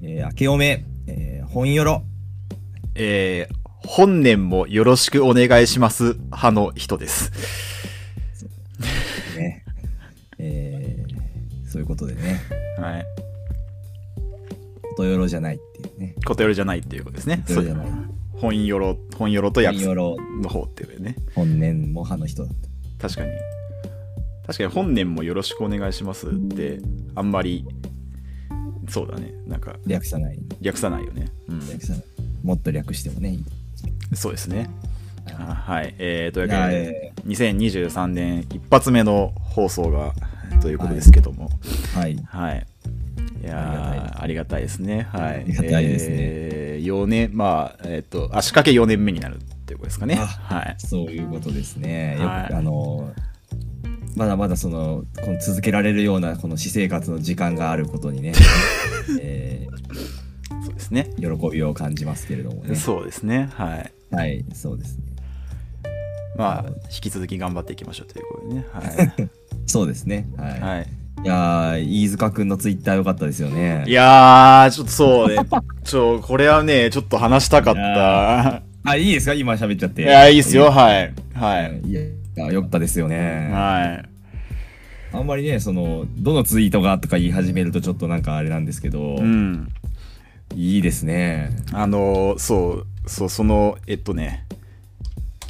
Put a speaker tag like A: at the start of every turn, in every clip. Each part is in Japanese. A: 明けおめ、えー本よろ、
B: えー、本年もよろしくお願いします派の人です。
A: ね。えーそういうことでね、
B: はい。
A: ことよろじゃないっていうね。
B: ことよろじゃないっていうことですね。
A: ことよろじゃない
B: そ。う本よろ、本よろと
A: 本
B: 訳
A: よろ、
B: の方っていうね。
A: 本年も派の人だっ
B: 確かに。確かに本年もよろしくお願いしますって、あんまり、そうだね。なんか、
A: た。略さない。
B: 略さないよね。うん。
A: 略さない。もっと略してもね、いい。
B: そうですね。あはい。えー、という
A: い
B: わ
A: や
B: け
A: え
B: で、2023年一発目の放送が、ということですけども。
A: ーはい。
B: はい。いやーありがたいですね。はい。
A: ありがたいですね
B: えー4年、まあ、えっ、と、足掛け4年目になるっていうことですかね。
A: あ
B: はい。
A: そういうことですね。よく、
B: はい
A: あのまだまだそのこの続けられるようなこの私生活の時間があること にね、え
B: そうですね。
A: ー喜びを感じますけれどもね。
B: そうですね。はい。
A: はい、そうですね。
B: まあ、引き続き頑張っていきましょうということでね。は
A: そうですね。はい。
B: い。はい。
A: い、やー、飯塚くんのツイッターよかったですよね。
B: いやー、ちょっとそうね。ちょ、これはね、ちょっと話したかっ
A: い
B: た。
A: あ、いいですか今喋っちゃって。
B: いやー、いいですよ。。はい。はい。
A: いや、よかったですよね。
B: はい。
A: あんまりね、その、どのツイートがとか言い始めるとちょっとなんかあれなんですけど、
B: うん。
A: いいですね。
B: あのーそう、そう、その、えっとね、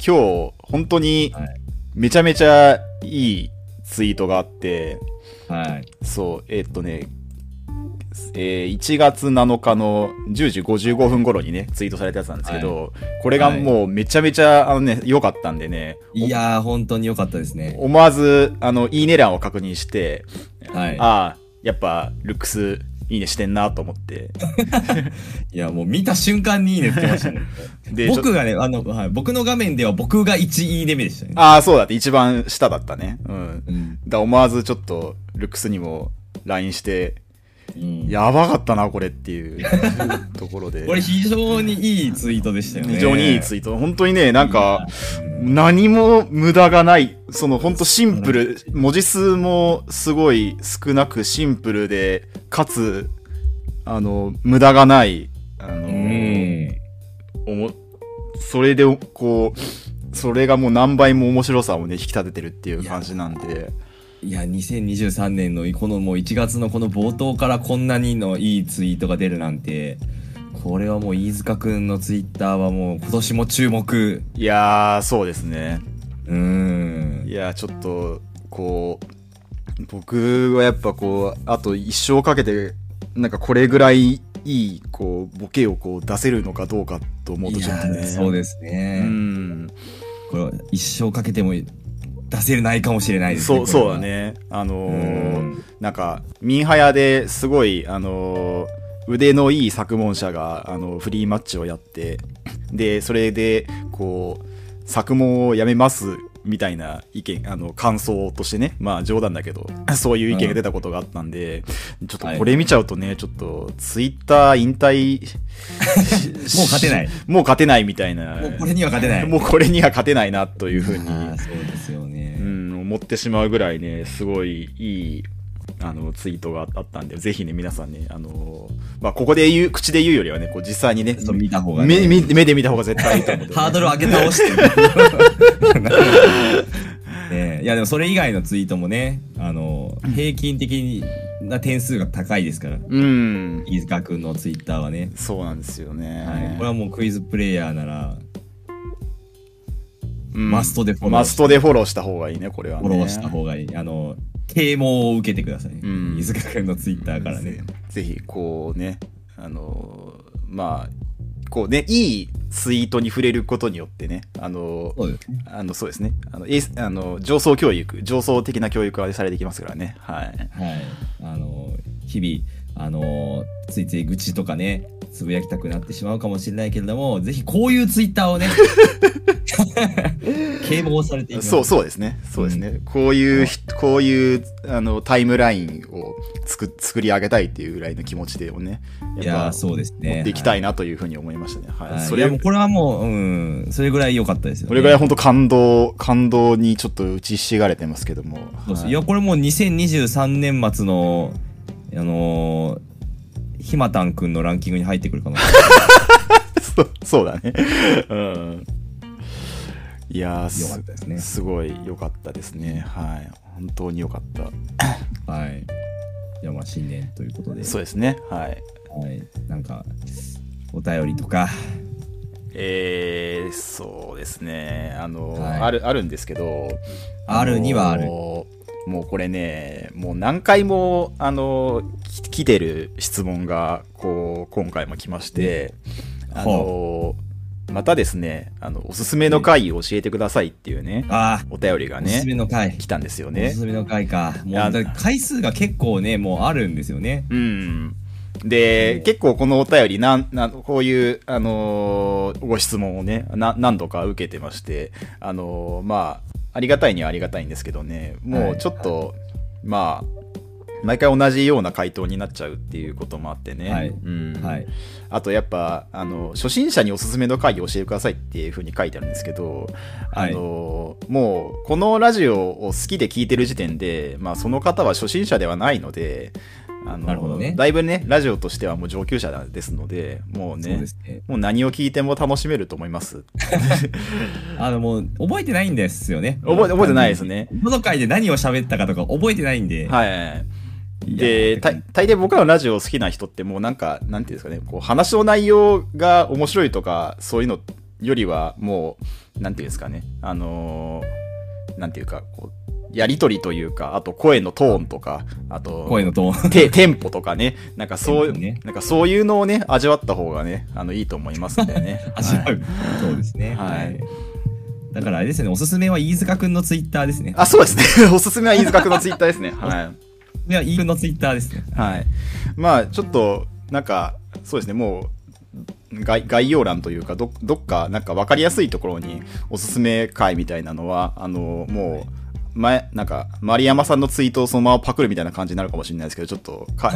B: 今日、本当に
A: はい、
B: めちゃめちゃいいツイートがあって、
A: はい。
B: そう、えっとね、えー1月7日の10時55分頃にね、ツイートされたやつなんですけど、これがもうめちゃめちゃ、あのね、良かったんでね、
A: いやー、本当によかったですね。
B: 思わず、あの、いいね欄を確認して、
A: はい
B: ああ、やっぱ、ルックス、いいねしてんなと思って。
A: いや、もう見た瞬間にいいねつけましたね。
B: でちょ
A: 僕がね、あの、はい、僕の画面では僕が1いいね目でしたね。
B: ああ、そうだって、一番下だったね。うん。
A: うん。
B: だ思わずちょっとルックスにも LINE して、
A: うん
B: やばかったな、これっ ていうところで。
A: これ非常にいいツイートでしたよね。
B: 非常にいいツ
A: イ
B: イート。本当にね、なんか、何も無駄がない。その本当シンプル。文字数もすごい少なくシンプルで、かつ、あの、無駄がない。あの、
A: うん。
B: おもそれで、こう、それがもう何倍も面白さをね、引き立ててるっていう感じなんで。
A: いや、2023年のこのもう1月のこの冒頭からこんなにのいいツイートが出るなんて、これはもう飯塚くんのツイッターはもう今年も注目。
B: いやー、そうですね。
A: うーん
B: い。やちょっとこう僕はやっぱこうあと一生かけてなんかこれぐらいいいこうボケをこう出せるのかどうかと思うと
A: い
B: ちょっ
A: や
B: とね
A: そうですね。
B: うん
A: これは一生かけても出せるないかもしれないですね。
B: そうそうだ
A: これは。
B: ねあの
A: う
B: ー
A: ん
B: なんかミンハヤですごいあのー腕のいい作文者があのフリーマッチをやってでそれでこう作文をやめますみたいな意見あの感想としてねまあ冗談だけどそういう意見が出たことがあったんで、ちょっとこれ見ちゃうとね、ちょっとツイッター引退
A: もう勝てない
B: しもう勝てないみたいな
A: もうこれには勝てない。
B: もうこれには勝てないなというふうに
A: ああそうですよね。
B: うん、思ってしまうぐらいね、すごいいいあのツイートがあったんで、ぜひね、皆さんね、あのまあ、ここで言う、口で言うよりはね、こう実際にね、
A: そう見た方が、
B: 目
A: ね。
B: 目目で見た方が絶対いいと思うんで、
A: ハードル上げ倒してる。 ねえいやでもそれ以外のツイートもね、あの平均的な点数が高いですから、
B: うん、
A: 飯塚くんのツイッターはね。
B: そうなんですよね。
A: はい、これはもうクイズプレイヤーなら
B: うん
A: マストでフォロー
B: マストでフォローした方がいいね、これは、
A: フ
B: ね。
A: ォローした方がいい。あの啓蒙を受けてください。
B: ん
A: 飯塚くんのツイッターからね。
B: ぜひこうねあのーまあこうねいいツイートに触れることによってねあのー
A: そうですね。
B: あのそうですねあのエースあの上層教育上層的な教育がされてきますからねはい
A: はい、あの日々あのついつい愚痴とかねつぶやきたくなってしまうかもしれないけれどもぜひこういうツイッター をね啓蒙されていきます
B: そうそうですねそうですね、こういうひこういうあのタイムラインを作作り上げたいっていうぐらいの気持ちでもね
A: いや
B: や
A: ー
B: っぱ
A: そうですね
B: 持っていきた
A: い、
B: いなというふうに思いましたねはい、
A: はい、
B: そ
A: そ
B: れ
A: れもうこれはもう、うん、それぐらい良かったですよ、ね、
B: それぐらい本当感動感動にちょっと打ちひしがれてますけども
A: そうです
B: はい
A: いやこれもう2023年末のあのーひまたんくんのランキングに入ってくるかも。
B: そうそうだね。うん。いやー、す
A: よかったですね
B: すごい良かったですね。はい。本当に良かった。
A: はい。じゃあまあ新年ということで、
B: そうですね。はい。
A: はい、なんか、お便りとか、
B: えー、そうですね。あの、
A: はい
B: ある、あるんですけど。
A: あるにはある
B: のーもうこれね、もう何回も、あのー、き来てる質問が、こう、今回も来まして、あのー、またですね、あの、おすすめの回教えてくださいっていうね、
A: あ
B: お便りが
A: あ、おす
B: ね
A: す、めの回。
B: 来たんですよ
A: お
B: ね
A: す。すめの回か。もう
B: あ
A: だ回数が結構ね、もうあるんですよね。
B: うん。で、結構このお便り、なん、なんこういう、あのーご質問をね、な、何度か受けてまして、あのーまあ、ありがたいにはありがたいんですけどね、も
A: は
B: う
A: い
B: ちょっと、まあ、毎回同じような回答になっちゃうっていうこともあってね。
A: はい
B: うん。
A: はい。
B: あとやっぱあの初心者におすすめの回教えてくださいっていうふうに書いてあるんですけど、
A: はい
B: あのもうこのラジオを好きで聞いてる時点で、まあ、その方は初心者ではないのであの
A: なるほどね
B: だいぶねラジオとしてはもう上級者ですのでもう
A: そう
B: ね
A: ですね。
B: もう何を聞いても楽しめると思います。
A: あの、もう、覚えてないんですよね。
B: 覚え覚えてないですね。
A: この回で何を喋ったかとか覚えてないんで。
B: はい
A: いや
B: で
A: だ
B: た
A: って
B: 大抵僕らのラジオ好きな人ってもうなんかなんていうんですかねこう話の内容が面白いとかそういうのよりはもうなんていうんですかねあのーなんていうかこうやりとりというかあと声のトーンとかあと
A: 声のトーン。
B: てテンポとかねなんかそう
A: テン
B: いう、
A: ポね
B: なんかそういうのをね味わった方がねあのいいと思いますんでね
A: 味わ。
B: はいう
A: そうですね。
B: はい
A: はい。だからあれですよね、おすすめは飯塚くんのツイッターですね。
B: あそうですね おすすめは飯塚君のツイッターですねはい
A: いや、飯塚のツイッターですね。
B: はい。まあ、ちょっと、なんか、そうですね、もう、概概要欄というか、どどっか、なんか分かりやすいところに、おすすめ回みたいなのは、あの、もう、前、なんか、丸山さんのツイートをそのままパクるみたいな感じになるかもしれないですけど、ちょっとか、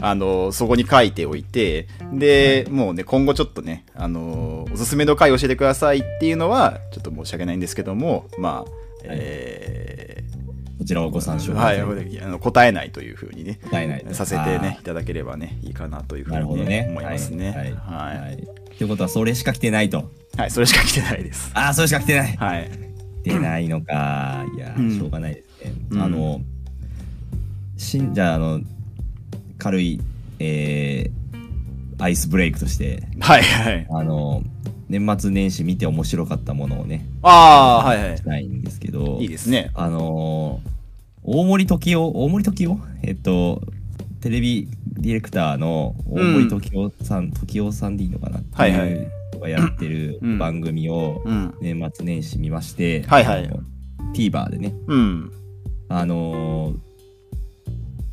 B: あの、そこに書いておいて、で、もうね、今後ちょっとね、あの、おすすめの回教えてくださいっていうのは、ちょっと申し訳ないんですけども、まあ、え
A: こちらをご参
B: ー
A: 照
B: はい
A: くださ
B: あの、答えないというふうにね、
A: 答えないと
B: させてね。いただければねいいかなという
A: あ
B: ふ
A: ーなる
B: う
A: ほど
B: に、ね
A: ね。
B: 思いますね
A: はい。
B: はい、
A: は
B: はい
A: い。ってことは、それしか来てないと。
B: それしか来てない です
A: ああ、それしか来てない。
B: はい
A: 出ないの か。いやー、
B: うん
A: しょうがないですね。
B: うん
A: あの、しん、じゃあ、あの、軽い、えー、アイスブレイクとして、
B: はいはい
A: あの、年末年始見て面白かったものをね、
B: ああはいは
A: ないんですけど、
B: いいいですね
A: あのー大森時夫、大森時夫えっと、テレビディレクターの大森時夫さん、時夫さんでいいのかなって
B: はいは
A: いう人がやってる
B: うん
A: 番組を
B: うん
A: 年末年始見まして、
B: はいはい
A: あの TVer でね、
B: うん
A: あのー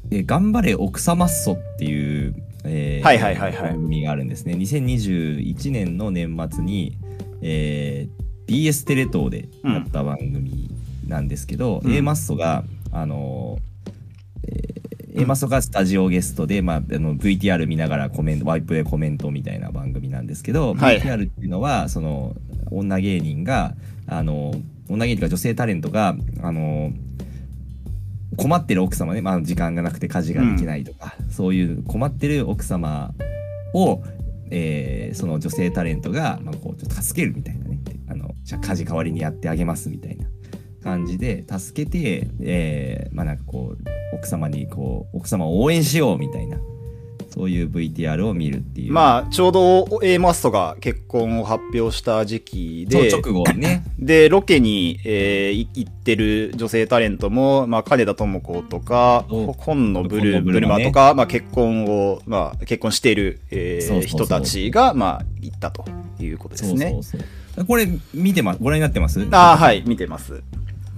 A: え頑張れ奥様っそっていう、えー
B: はいはいはいは
A: 番
B: い
A: 組があるんですね。2021年の年末に、えー BS テレ東でやった番組なんですけど、
B: うん
A: A マッソが、あのーえー A マッソがスタジオゲストで、まあ、あの VTR 見ながらコメントワイプでコメントみたいな番組なんですけど、
B: はい
A: VTR っていうのはその女芸人があの女芸人とか女性タレントがあの困ってる奥様ね、まあ、時間がなくて家事ができないとか、そういう困ってる奥様を、えーその女性タレントが、まあ、こうちょっと助けるみたいなねあのじゃあ家事代わりにやってあげますみたいな感じで助けて、えーまあなんかこう奥様にこう奥様を応援しようみたいなそういう VTR を見るっていう。
B: まあちょうど A マストが結婚を発表した時期で
A: そう直後にね、
B: でロケに、えーい行ってる女性タレントも、まあ、金田智子とか
A: そう
B: 本のブル
A: 紺野ブルマ
B: マ
A: ね
B: とか、まあ、結婚を、まあ、結婚している、えー
A: そうそうそう
B: 人たちが、まあ、行ったということです ね。
A: そうそうそうこれ見てますご覧になってます
B: ああはい見てます。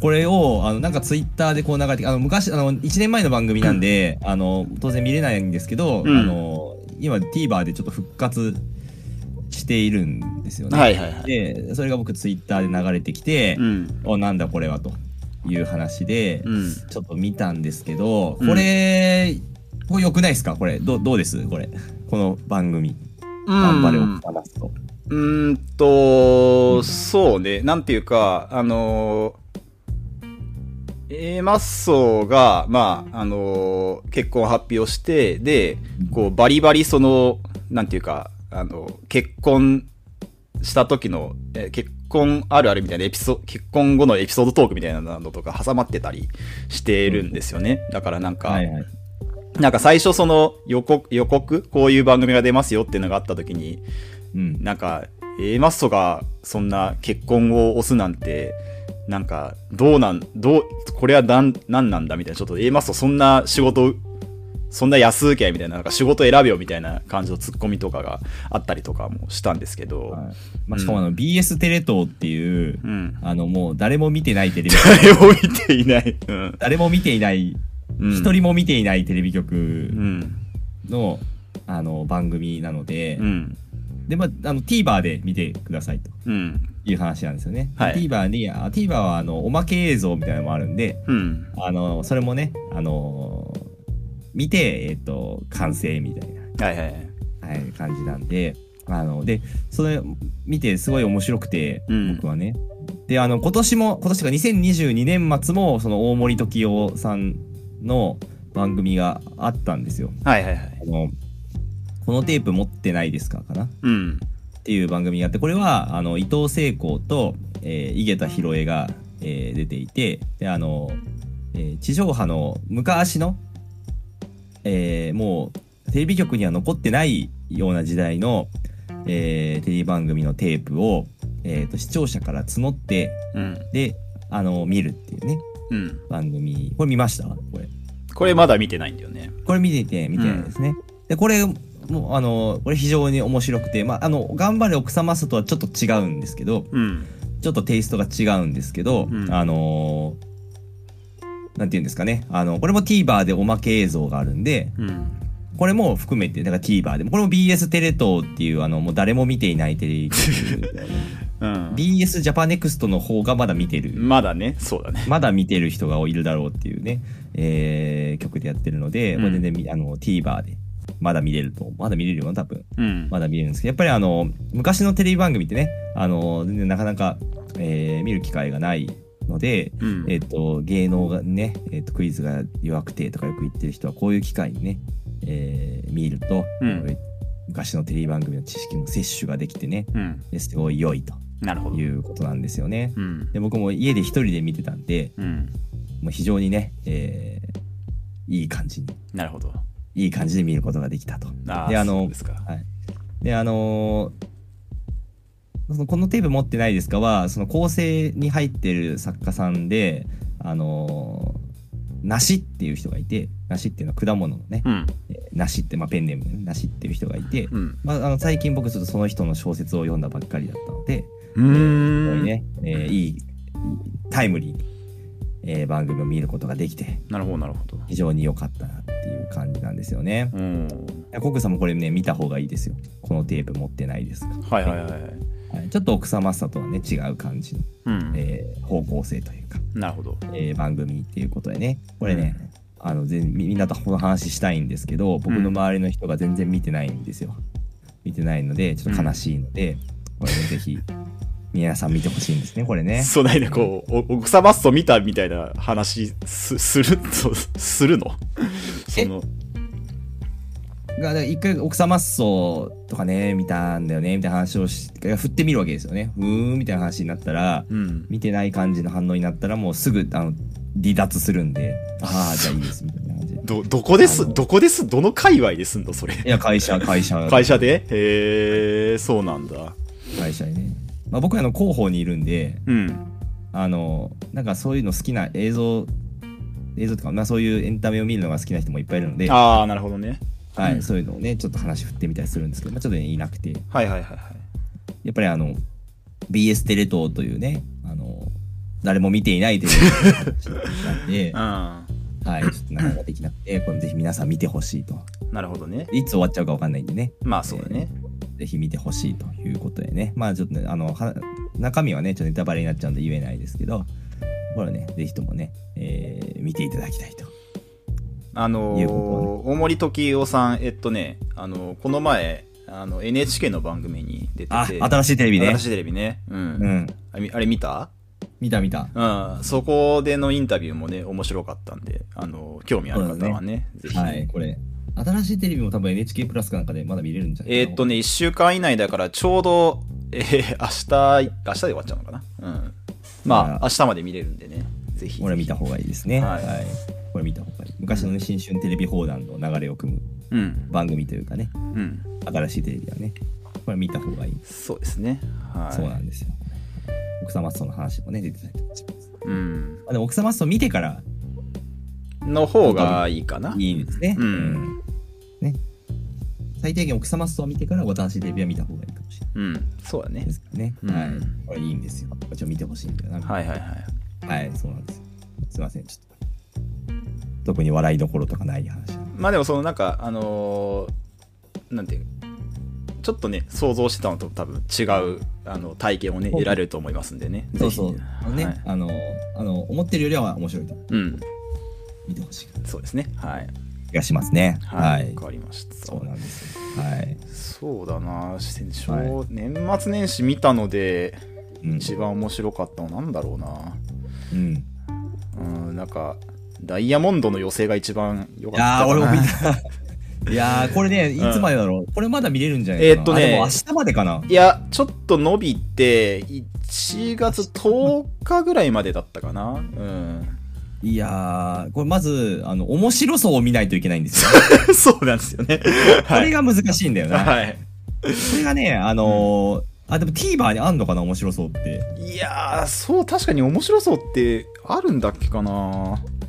A: これをあのなんかツイッターでこう流れてあの昔あの1年前の番組なんで、あの当然見れないんですけど、
B: うん
A: あの今 TVer でちょっと復活しているんですよね、
B: はいはいはい。
A: でそれが僕ツイッターで流れてきて
B: う、ん。
A: おなんだこれはという話で、
B: うん。
A: ちょっと見たんですけど
B: うん
A: これ、これ良くないですかこれどうどうですこれこの番組頑張れを話すと、
B: うーんと、そうね。なんていうか、あのー A マッソが、まあ、あのー結婚発表して、で、こう、バリバリその、なんていうか、あの、結婚した時の、えー結婚あるあるみたいなエピソ結婚後のエピソードトークみたいなのとか挟まってたりしてるんですよね。だからなんか、
A: はいはい。
B: なんか最初その予告、予告、こういう番組が出ますよっていうのがあった時に、
A: うん。
B: なんか A マッソがそんな結婚を押すなんてなんかどうなんどうこれはなんなんなんだみたいなちょっと A マッソそんな仕事そんな安請け合いみたいななんか仕事選べよみたいな感じのツッコミとかがあったりとかもしたんですけど、
A: はいまあ、しかもあの、BS テレ東っていう、
B: うん
A: あの、もう誰も見てない テレビ、
B: 誰も見ていないうん
A: 誰も見ていない、
B: うん
A: 一人も見ていないテレビ局
B: うん
A: の、あの、番組なので、
B: うん
A: で、まあ、あの、TVer で見てくださいと
B: うん
A: いう話なんですよね。
B: はい
A: TVer に、あ TVer は、あの、おまけ映像みたいなのもあるんで、
B: うん
A: あの、それもね、あの、見て、えっ、と、完成みたいな。
B: はいはい
A: はい、感じなんで、あの、で、それ見てすごい面白くて、
B: うん
A: 僕はね。で、あの、今年も、今年が2022年末も、その大森時夫さんの番組があったんですよ。
B: はいはいはい
A: あの、このテープ持ってないですかかなっ
B: うん
A: ていう番組があって、これは、あの、伊藤聖子と、えー、井桁弘恵が、えー出ていて、で、あの、えー地上波の昔の、えーもうテレビ局には残ってないような時代の、えーテレビ番組のテープを、えーと視聴者から募って
B: うん
A: であの見るっていうね
B: うん
A: 番組これ見ましたこれ
B: これまだ見てないんだよね
A: これ見てて見てないですね、でこれもうあのこれ非常に面白くて、まあ、あの頑張れ奥様さとはちょっと違うんですけど
B: うん
A: ちょっとテイストが違うんですけど、
B: うん
A: あのーなんて言うんですかねあのこれも TVer でおまけ映像があるんで
B: うん
A: これも含めて、だから TVer でも、これも BS テレ東っていう、あの、もう誰も見ていないテレビ局、
B: うん、
A: BS ジャパネクストの方がまだ見てる、
B: まだね、そうだね。
A: まだ見てる人がいるだろうっていうね、えー、曲でやってるので、
B: うん
A: これでね、みあの、TVer で、まだ見れると思う、まだ見れるよな、多分。
B: うん。
A: まだ見れるんですけど、やっぱりあの、昔のテレビ番組ってね、あの、全然なかなか、えー見る機会がないので、
B: うん
A: えっ、と、芸能がね、えっとクイズが弱くてとかよく言ってる人は、こういう機会にね、えー見ると、
B: うん
A: 昔のテレビ番組の知識も摂取ができてね、
B: うん。
A: ですごい良いと
B: なるほど
A: い。うことなんですよね。
B: うん。
A: で僕も家で一人で見てたんで、
B: うん。
A: もう非常にね、えーいい感じに、
B: なるほど。
A: いい感じで見ることができたと。
B: あ
A: で、
B: あ
A: あ
B: そう
A: の
B: で、すか。
A: で、あのーそのこのテープ持ってないですかは、その構成に入ってる作家さんで、あのー梨っていう人がいて、梨っていうのは果物のね、
B: うん。
A: えー梨って、まあペンネームのね梨っていう人がいて、
B: うん。
A: まあ、あの最近僕ちょっとその人の小説を読んだばっかりだったので、非
B: う
A: 常
B: ー
A: に
B: ん。
A: ね、えーいいいいタイムリーに、えー番組を見ることができて、
B: なるほど、なるほど。
A: 非常に良かったなっていう感じなんですよね。
B: うん。
A: いやコックさんもこれね、見た方がいいですよ。このテープ持ってないですか
B: はいはいはい。
A: はい、ちょっと奥様さとはね違う感じの、
B: うん。
A: えー方向性というか、
B: なるほど。
A: えー番組っていうことでねこれね、あの全みみんなとこの話したいんですけど僕の周りの人が全然見てないんですよ、見てないのでちょっと悲しいので、これねぜひ皆さん見てほしいんですねこれね
B: そうないね、こう、お奥様っそ見たみたいな話すする と、するのその、
A: がだから一回奥様っそうとかね見たんだよねみたいな話をし振ってみるわけですよねうーんみたいな話になったら
B: うん。
A: 見てない感じの反応になったらもうすぐあの離脱するんでああじゃあいいですみたいな感じで
B: ど、どこです、どこです、どの界隈ですんの、それ。
A: いや、会社、会社、
B: 会社でへえ、そうなんだ。
A: 会社にね。まあ、僕はあの広報にいるんで、
B: うん。
A: あの、なんかそういうの好きな映像、映像とか、まあそういうエンタメを見るのが好きな人もいっぱいいるので、は
B: ああ、なるほどね。
A: い、
B: うん
A: そういうのをね、ちょっと話振ってみたりするんですけど、まあちょっとね、いなくて、
B: はいはいはいはい。
A: やっぱりあの、BS テレ東というね、あの、誰も見ていないというなん で、
B: うん。
A: はい、ちょっとなかなかできなくて、これぜひ皆さん見てほしいと。
B: なるほどね。
A: いつ終わっちゃうかわかんないんでね、
B: まあそうだね。
A: ぜひ見てほしいということでね、まあちょっとね、あの、は中身はね、ちょっとネタバレになっちゃうんで言えないですけど、これはね、ぜひともね、えー見ていただきたいと。
B: あの
A: い
B: ー
A: うこ
B: 大森時夫さん、えっとね、あのこの前、あの NHK の番組に出てて、
A: あ、新しいテレビね
B: 新し。いテレビね。うん。
A: うん。
B: あれあれ見た
A: 見た見た。
B: うん、そこでのインタビューもね、面白かったんで、あの、興味ある方はね、ぜひ。
A: はい、これ。新しいテレビも多分 NHK プラスかなんかでまだ見れるんじゃない
B: えーっとね、1週間以内だから、ちょうど、えー、明日、明日で終わっちゃうのかなうん。まあ、明日まで見れるんでね、ぜひ。
A: これ見た方がいいですね。
B: は
A: はいい。これ見た方がいい。昔のね、新春テレビ放談の流れを組む
B: うん、
A: 番組というかね、
B: うん。
A: 新しいテレビはね、これ見た方がいい。
B: そうですね。はい。
A: そうなんですよ。奥様との話もね、出てたりとかします。
B: うん。
A: あでも奥様と見てから
B: の方がいいかな。
A: いいんですね。
B: うん
A: ね。最低限奥様と見てから新しいテレビは見た方がいいかもしれな
B: うん、そうだね
A: いで。すけどね。
B: うん
A: はい。これいいんですよ。ちょっと見てほしいんだよな。
B: はいはいはい。
A: はい、そうなんです。すいません、ちょっと。特に笑いどころとかない話。
B: まあでもそのなんかあのーなんていうちょっとね想像してたのと多分違うあの体験をね
A: そう
B: 得られると思いますんでね
A: そうそう。
B: ぜ
A: あ
B: ひ
A: のね、
B: はい
A: あの、あの、思ってるよりは面白いと
B: うん
A: 見てほしい
B: そうですねはい
A: 気がしますね。はい。
B: わかりました
A: そうなんですよ。はい。
B: そうだな先週
A: は
B: 年末年始見たので
A: うん。
B: 一番面白かったのなんだろうな
A: うん、
B: うんなんかダイヤモンドの寄せが一番良
A: い
B: かった
A: やー、
B: か
A: 俺
B: な
A: も見た。いやー、これね、いつまでだろう。これまだ見れるんじゃないかな。
B: えーっとね
A: あでも明日までかな。
B: いや、ちょっと伸びて、1月10日ぐらいまでだったかな。うん。
A: いやー、これまず、あの、面白そうを見ないといけないんですよ。
B: そうなんです よね。
A: こ
B: は
A: れ
B: い。
A: が難しいんだよな。
B: はい。
A: それがね、あのー、あ、でも TVer にあんのかな、面白そうって。
B: いやー、そう、確かに面白そうってあるんだっけかな。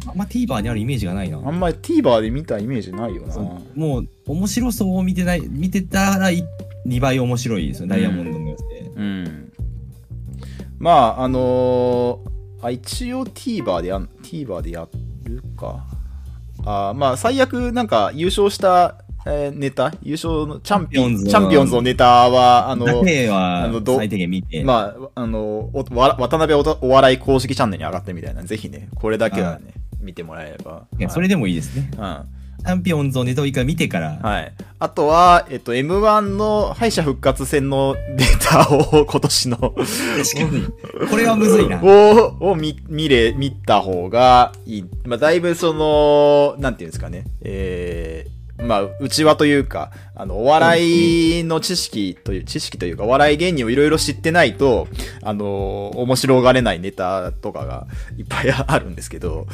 A: あんま TVer にあるイメージがないな。
B: あんまり TVer で見たイメージないよな。
A: そうもう面白そうを見てない見てたらい2倍面白いですよダイヤモンドのやつで、
B: うん。まあ、あのーあ、一応 TVer でやん、TVer でやるか。あーまあ、最悪、なんか、優勝した、えーネタ優勝のチャンピオンズ、チ
A: チャ
B: ャン
A: ン
B: ピ
A: ピ
B: オ
A: オ
B: ン
A: ン
B: ズ
A: ズ
B: のネタは、あの
A: だ けは
B: あのど
A: 最低限見て、
B: まあ、あの、おわ渡辺おとお笑い公式チャンネルに上がってみたいな、ぜひね、これだけはね、見てもらえれば。
A: いや
B: はい
A: それでもいいですね
B: うん。は
A: チャンピオンズをネタを一回見てから、
B: い。あとは、えっと、M1 の敗者復活戦のデータを今年の
A: 確かにこれはむずい な
B: を、を見、見れ、見た方がいい。まあ、だいぶその、なんていうんですかね、えー、まあ、内輪というか、あの、お笑いの知識という、知識というか、お笑い芸人をいろいろ知ってないと、あの、面白がれないネタとかがいっぱいあるんですけど、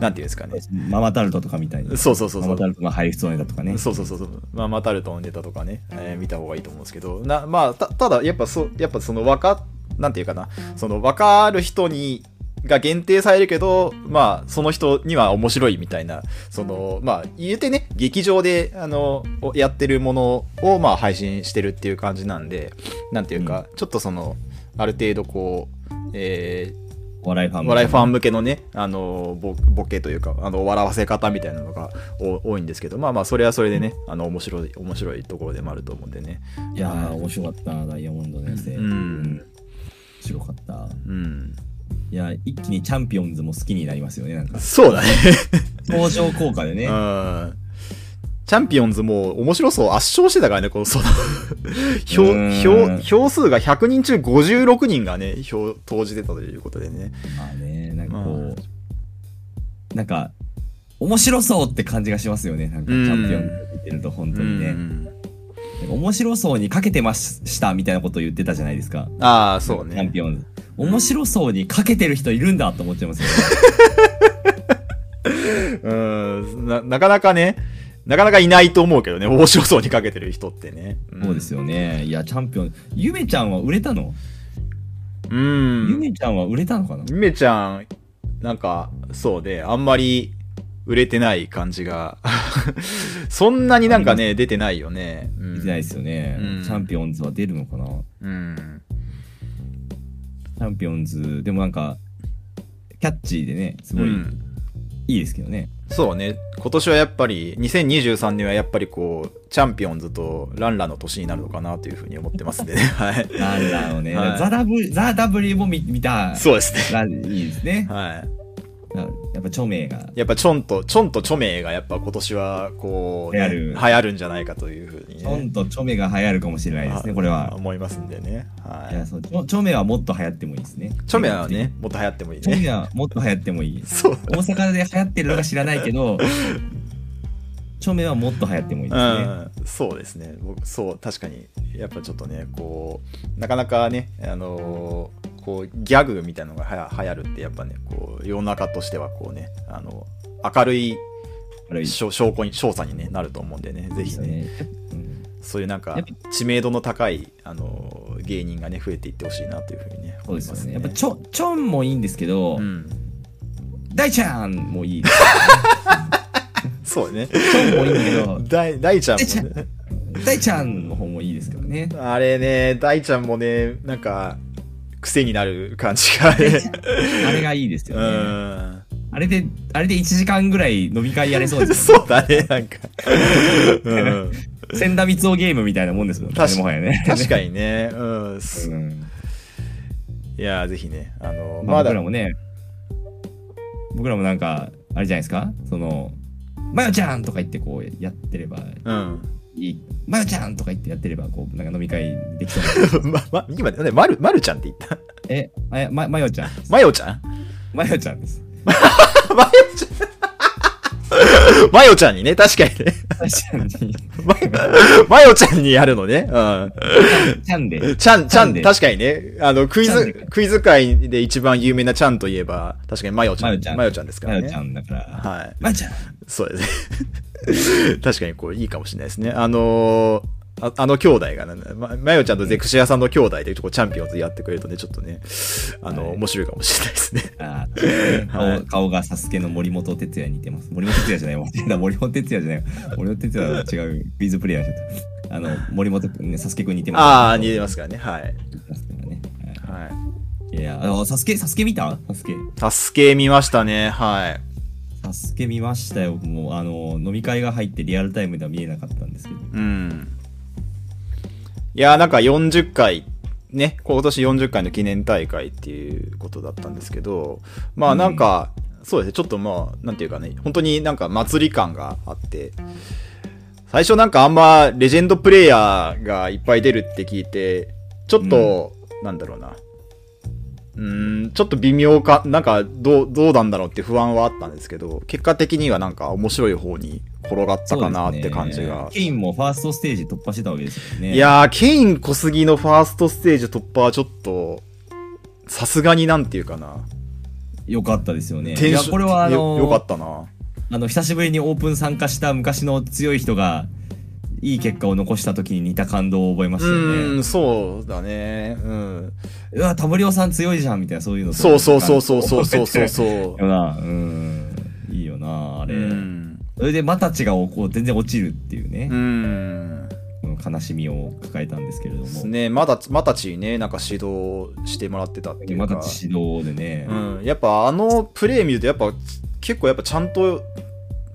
B: なんていうんですかね。
A: ママタルトとかみたいに
B: そうそうそうそ
A: マ
B: う
A: マ。タルトの配布のネタとかね
B: そうそうそうそう、まあ、マタルトのネタとかね、えー見た方がいいと思うんですけどなまあたただやっぱそうやっぱそのわかなんていうかなその分かる人にが限定されるけどまあその人には面白いみたいなそのまあ言うてね劇場であのおやってるものをまあ配信してるっていう感じなんでなんていうか、ちょっとそのある程度こうえー
A: お笑いファンも
B: 笑いファン向けのね、あのボボケというかあの笑わせ方みたいなのがお多いんですけどまあまあそれはそれでねあの面白い面白いところでもあると思うんでね
A: いやー面白かったダイヤモンドのやつで、
B: うん
A: 面白かった
B: うん
A: いや一気にチャンピオンズも好きになりますよねなんか
B: そうだね
A: 登場効果でね、
B: うんチャンピオンズも面白そう圧勝してたからねこのその 票
A: うん
B: 票票数が100人中56人がね票投じてたということでね
A: まあね、なんかこう、
B: ま
A: なんか、面白そうって感じがしますよね。なんか、チ
B: うん
A: ャンピオン見てると、本当にね。
B: うん
A: なんか面白そうにかけてましたみたいなことを言ってたじゃないですか。
B: ああそう
A: チャン
B: ね
A: ピオン。面白そうにかけてる人いるんだと思っちゃいますよ、ね。
B: うんななかなかねなかなかいないと思うけどね 面白そうにかけてる人ってね、ん
A: そうですよね。いや、チャンピオン。ゆめちゃんは売れたの、
B: うん
A: ゆめちゃんは売れたのかな
B: ゆめちゃん、なんか、そうで、あんまり売れてない感じが。 そんなになんかね、出てないよね。うん
A: 出てないですよね、
B: うん
A: チャンピオンズは出るのかな
B: うん。
A: チャンピオンズ、でもなんか、キャッチーでね、すごい
B: うん
A: いいですけどね。
B: そうね、今年はやっぱり、2023年はやっぱりこう、チャンピオンズとランランの年になるのかなというふうに思ってますんでね。 はい。
A: なんだろうね。
B: はい
A: ザ・ダブ、ザ・ W も見見た。
B: そうですね。
A: がいいですね。
B: はい。
A: あやっぱ著名が
B: やっぱチョンと、チョンとチョメイがやっぱ今年はこう、
A: 流
B: ね、
A: 行る
B: 流行るんじゃないかというふうに
A: チョ
B: ね。
A: ンとチョメが流行るかもしれないですねこれ
B: あ
A: は
B: 思いますんでね。はいい
A: や。そうチョチョメはもっと流行ってもいいですね
B: チョメイはね、もっと流行ってもいい
A: チョ
B: ね。
A: メはもっと流行ってもいい
B: そう。
A: 大阪 で流行ってるのか知らないけど チョメはもっと流行ってもいいですね、
B: うん、そうですね僕そう確かにやっぱちょっとねこうなかなかねあのーこうギャグみたいなのがはや流行るってやっぱねこう世の中としてはこうねあの明るい
A: 悪い
B: しょ証拠に調査に、ね、なると思うんでねぜ
A: で
B: ひ
A: す
B: ね
A: ね、うん
B: そういうなんか
A: やっ
B: 知名度の高いあのー芸人がね増えていってほしいなというふうにね
A: そう
B: 思
A: で
B: い
A: す
B: ま
A: よね
B: すね
A: やっぱチョチョンもいいんですけど、
B: うん
A: 大ちゃんもいい です
B: そうね
A: チョンもいいんだけど
B: 大大ちゃんもね
A: 大ちゃんの方もいいですからね
B: あれね大ちゃんもねなんか癖になる感じがね
A: あれがいいですよ
B: う
A: ね
B: ん
A: あれであれで1時間ぐらい飲み会やれそうです
B: そうだね、な んか。うん、
A: 千田光雄ゲームみたいなもんですもんね
B: 確か
A: もはやね
B: 確かにね。うん。す
A: うん
B: いや、ぜひね、あの、
A: まあ、
B: まだ
A: 僕ら、もね僕らもなんかあれじゃないですかその「まよちゃん!」とか言ってこうやってれば
B: うん。
A: いい「まよちゃん!」とか言ってやってればこうなんか飲み会できそうな
B: ま、ま、今ね、まる、まるちゃんって言った。
A: えあやままよちゃん
B: まよちゃん
A: まよちゃんです
B: まよちゃんまよちゃんにね、確かにね。
A: まよちゃんに
B: ままよちゃんにやるのね。う
A: ちゃんで
B: ん。ちゃん、ちゃ
A: ちゃん
B: ん、
A: で
B: 確かにね。あの、クイ
A: ちゃん
B: ズ、クイズ界で一番有名なちゃんといえば、確かにまよちゃ
A: ま
B: ん。
A: よちゃん
B: まよちゃんですか
A: ま
B: ら
A: よ
B: ね
A: ち。ゃんだから
B: はい。
A: まよちゃん
B: そうですね。 確かにこう、いいかもしれないですね。あのーああの兄弟がね、ま、まよちゃんとゼクシアさんの兄弟でこうチャンピオンズやってくれるとね、ちょっとね、あの、
A: はい
B: 面白いかもしれないで すね。
A: あー
B: は
A: 顔
B: い
A: 顔がサスケの森本哲也に似てます。森本哲也じゃないわ。森本哲也じゃないわ。森本哲也は違う。ビーズプレイヤーの人あの、森本君、ね、サスケ君似てます。
B: ああ、似てますからね。はい。
A: 似てますからね。
B: は
A: はいいや、あの、サスケ、サスケ見たサスケ。
B: い。助け見ましたね。はい。
A: サスケ見ましたよ。もう、あの、飲み会が入ってリアルタイムでは見えなかったんですけど。
B: うん。いやー、なんか40回、ね、今年40回の記念大会っていうことだったんですけど、まあなんか、そうですね、ちょっとまあ、なんていうかね、本当になんか祭り感があって、最初なんかあんまレジェンドプレイヤーがいっぱい出るって聞いて、ちょっと、なんだろうな、うーん、ちょっと微妙か、なんかどう、どうなんだろうって不安はあったんですけど、結果的にはなんか面白い方に転がったかなって感じ
A: そう
B: が
A: ですねケインもファーストステージ突破してたわけですよね。
B: いやー、ケイン小杉のファーストステージ突破はちょっと、さすがになんていうかな。
A: よかったですよね。
B: テ
A: い
B: ン
A: や、
B: ション
A: これはあの
B: よ、よかったな。
A: あの久しぶりにオープン参加した昔の強い人がいい結果を残した時に似た感動を覚えま
B: う
A: したよ
B: ー
A: ね。
B: ん、そうだね。うん。
A: うわ、タムリオさん強いじゃんみたいなそういうのと
B: そうそうそうそうそうそうそう
A: そ 。
B: そう
A: よな。うん。いいよな、あ
B: う。う
A: れ。
B: ん。
A: それでマタチがこう全然落ちるっていうね
B: う、ん。
A: この悲しみを抱えたんですけれど
B: です
A: も。
B: ね。まだ、またちね、なんか指導してもらってたっていう
A: マ
B: か。
A: タチ指導でね。
B: うん、やっぱあのプレー見るとやっぱ結構やっぱちゃんと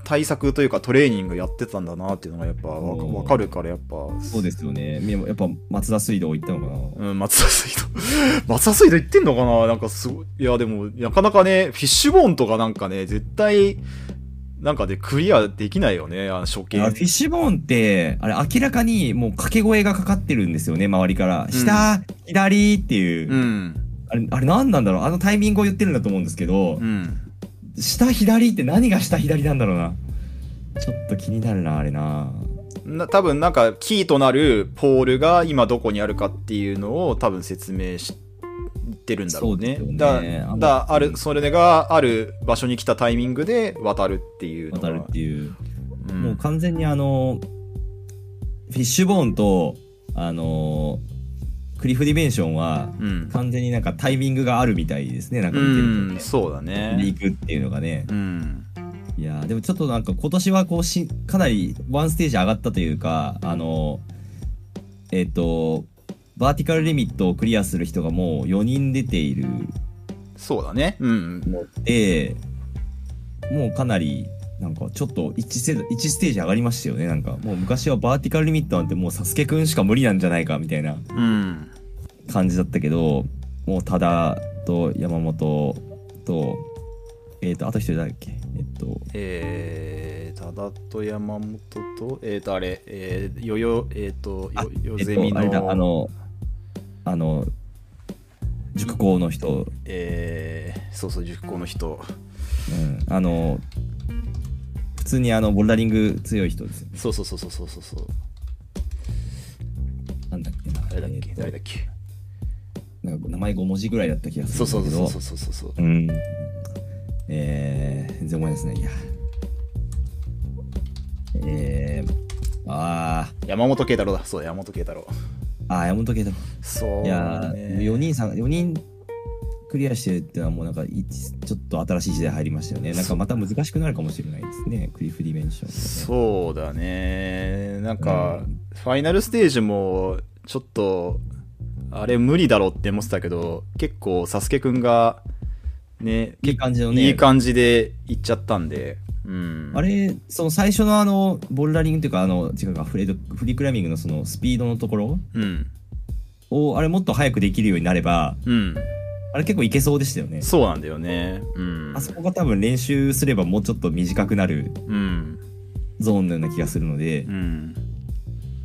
B: 対策というかトレーニングやってたんだなっていうのがやっぱわか
A: うん
B: わかるからやっぱ
A: そうですよね。みやっぱ松田水道行ったのかな。
B: うん、松田水道。 松田水道行ってんのかななんかすごい。いや、でも、なかなかね、フィッシュボーンとかなんかね、絶対、なんかで、クリアできないよね、あの初見。
A: あフィッシュボーンって、あれ明らかにもう掛け声がかかってるんですよね、周りから。下、左っていう。
B: うん。
A: あれ、あれ何なんだろうあのタイミングを言ってるんだと思うんですけど
B: う、ん。
A: 下左って何が下左なんだろうな。ちょっと気になるな、あれな。
B: な多分なんか、キーとなるポールが今どこにあるかっていうのを多分説明し、言ってるんだろうね。
A: そうですよ
B: だ
A: ねあ、の
B: だ、ある、それがある場所に来たタイミングで渡るっていうのが
A: 渡るっていう。
B: うん
A: もう完全にあの、フィッシュボーンと、あの、クリフディメンションは、
B: うん。
A: 完全になんかタイミングがあるみたいですね、なんか
B: う
A: 見てると
B: ん、
A: ね。
B: そうだ
A: で
B: ね
A: 行。くっていうのがね。
B: うん。
A: いやーでもちょっとなんか今年はこうしかなりワンステージ上がったというかあのえっ、とバーティカルリミットをクリアする人がもう4人出ている
B: そうだね。うん。
A: のでもうかなりなんかちょっと1ステージ1ステージ上がりましたよねなんかもう昔はバーティカルリミットなんてもうサスケくんしか無理なんじゃないかみたいな
B: うん。
A: 感じだったけどもう多田と山本とえっ、と、あと一人誰だっけえっと、
B: えー、ただと山本と、えっ、と、あれ、えー、よよ、えっ、と、
A: あ
B: よ、よ
A: えっ
B: ゼミ
A: と、
B: の、
A: あれだ、あの、あの、塾校の人、
B: えー、そうそう、塾校の人。
A: うん、あの、普通にあの、ボルダリング強い人ですよね。
B: そうそうそうそうそうそうそう。
A: なんだっけな。
B: あれだっけ、
A: えーと
B: 誰だっけ。
A: なんか名前5文字ぐらいだった気がす
B: そ
A: る
B: うん
A: だ
B: そ
A: け
B: う
A: ど。
B: そうそうそうそうそ
A: う
B: う。
A: ん。えー、全然思い出せないや。えー、あ
B: 山本慶太郎だ。そう、山本慶太郎。
A: ー、あー、山本圭太
B: そう、
A: 郎。いやー、
B: ね
A: 4人さん、4人クリアしてるってのはもうなんかいち、ちょっと新しい時代入りましたよね。なんかまた難しくなるかもしれないですね。クリフディメンション、
B: そうだね。なんか、
A: うん
B: ファイナルステージも、ちょっと、あれ無理だろうって思ってたけど、結構、サスケくんが、ね、
A: いい感じのね。
B: いい感じで行っちゃったんで、うん。
A: あれ、その最初のあの、ボルダリングっていうか、あの、違うか、フレード、フリークライミングのそのスピードのところ
B: うん。
A: を、あれもっと早くできるようになれば、
B: うん。
A: あれ結構いけそうでしたよね。
B: そうなんだよね。うん。
A: あそこが多分練習すればもうちょっと短くなる
B: うん。
A: ゾーンのような気がするので
B: う、ん。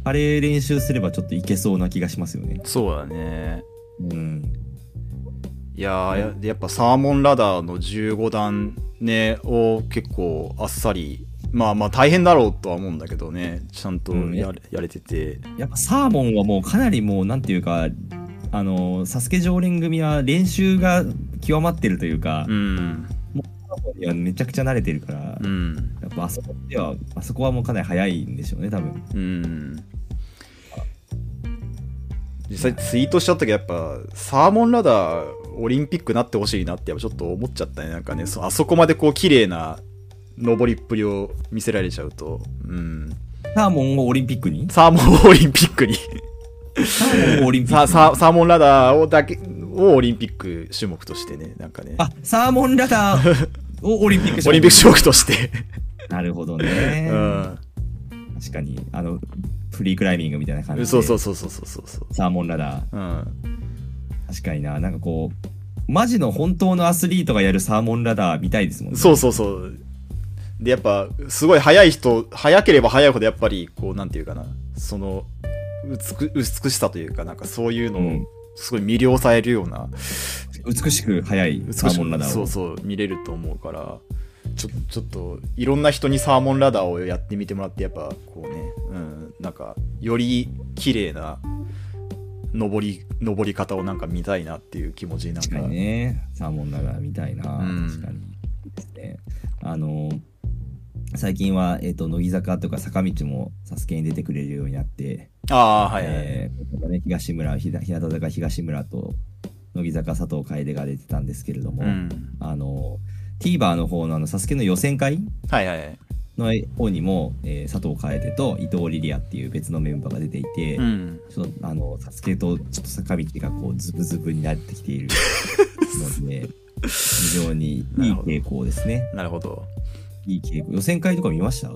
A: あれ練習すればちょっといけそうな気がしますよね。
B: そうだね。
A: うん。
B: いやーややっぱサーモンラダーの15段ねを結構あっさりまあまあ大変だろうとは思うんだけどねちゃんと
A: うん
B: やれ,、やれてて
A: やっぱサーモンはもうかなりもうなんていうか、あの、サスケ常連組は練習が極まってるというか、
B: うん
A: サーモンにはめちゃくちゃ慣れてるから、
B: うん
A: やっぱあそこでは、あそこはもうかなり早いんでしょうね、多分。
B: うん実際ツイートしちゃったけどやっぱサーモンラダーオリンピックなってほしいなってやっぱちょっと思っちゃったねなんかねそあそこまでこう綺麗な登りっぷりを見せられちゃうと、うん、
A: サーモンをオリンピックに
B: サーモンをオリンピックに
A: サーモンをオリンピッ ク
B: さ
A: に
B: さサーモンラダーをだけをオリンピック種目としてね、なんかね、
A: あ、サーモンラダーをオリンピック
B: オリンピック種目と して、
A: なるほど
B: う
A: ね。
B: ん、
A: 確かにあのフリークライミングみたいな感じで
B: そうそうそうそうそうそうそう、
A: サーモンラダー
B: うん、
A: 確かにななんかこうマジの本当のアスリートがやるサーモンラダーみたいですもんね
B: そうそうそう、でやっぱすごい速い人、速ければ速いほどやっぱりこうなんていうかな、その美美しさというかなんかそういうの
A: う
B: を
A: ん
B: すごい魅了されるような、
A: 美しく速い
B: 美し
A: サーモンラダーを
B: そうそう見れると思うから。ちょちょっといろんな人にサーモンラダーをやってみてもらってやっぱこうね、うん、なんかより綺麗な登り登り方をなんか見たいなっていう気持ちになん
A: 確
B: か
A: かにねサーモンラダーみたいな、
B: うん
A: 確かにですねあの最近は、えっと乃木坂とか坂道も「サスケに出てくれるようになって、
B: ああはいはい、
A: えーここね、東村ひだ日向坂東村と乃木坂佐藤楓が出てたんですけれども、
B: うん、
A: あの TVer の方のあの「サスケの予選会
B: はいはいはい
A: の方にも、えー佐藤楓と伊藤リリアっていう別のメンバーが出ていて、
B: うん
A: ちょっとあのサスケとちょっと坂道がこうズブズブになってきているの で非常にいい傾向ですね
B: なるほど
A: いい傾向予選会とか見ました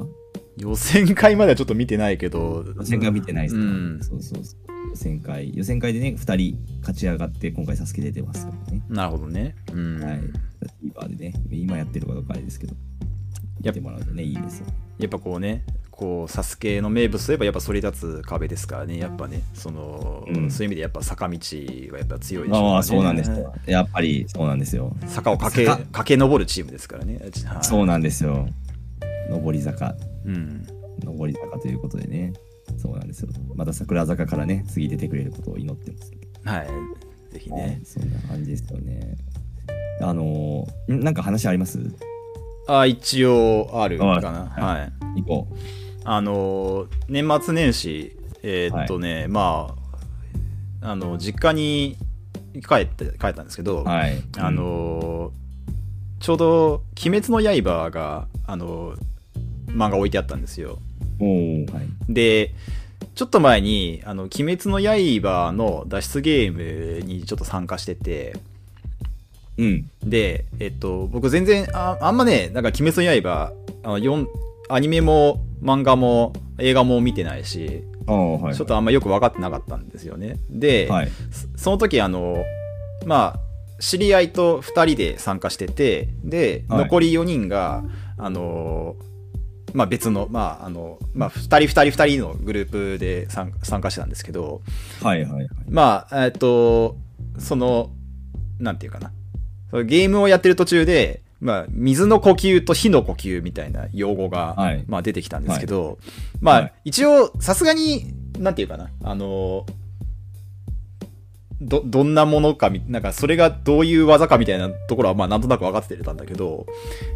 B: 予選会まではちょっと見てないけど
A: 予選会見てないですか、
B: うん
A: そうそうそう予選会予選会でね2人勝ち上がって今回サスケ出てますからね
B: なるほどねうん、
A: はい TVer でね今やってるかどうかあれですけど
B: や
A: や
B: っ
A: ってもらうとねいいですよ
B: やっぱこうねこうサスケの名物といえばやっぱそり立つ壁ですからねやっぱねその、
A: うん
B: そういう意味でやっぱ坂道はやっぱ強いでしょう
A: ああ、
B: ね
A: そうなんですよ。やっぱりそうなんですよ。
B: 坂を駆け
A: 坂
B: 駆け上るチームですからねはい
A: そうなんですよ。上り坂、
B: うん
A: 上り坂ということでね。そうなんですよ。また桜坂からね、次出てくれることを祈ってますけど。
B: はいぜひね
A: そんな感じですよね。あのー、んなんか話あります
B: あ一応あるかな
A: あ
B: はい
A: 行こう。
B: あの年末年始えーっとね、まああの実家に帰って帰ったんですけど、
A: はい。
B: あのちょうど「鬼滅の刃が」あの漫画置いてあったんですよ
A: うん、おーはい。
B: でちょっと前に「あの鬼滅の刃」の脱出ゲームにちょっと参加してて
A: うん。
B: で、えっと、僕全然あ、あんまね、なんか、鬼滅の刃、あの、よんアニメも漫画も映画も見てないし、
A: ああ、はい。
B: ちょっとあんまよく分かってなかったんですよね。で、
A: はい。
B: そその時、あの、まあ、知り合いと2人で参加しててで、
A: はい
B: 残り4人があのーまあ別のまああのまあ2人2人2人のグループで参参加してたんですけど
A: はいはいはい。
B: まあえっとそのなんていうかなそのゲームをやってる途中でまあ、水の呼吸と火の呼吸みたいな用語が、
A: はい
B: まあ、出てきたんですけど、まあ、
A: はい
B: 一応さすがになんていうかなあのーどどんなものかみなんかそれがどういう技かみたいなところはまあなんとなく分かってたんだけど、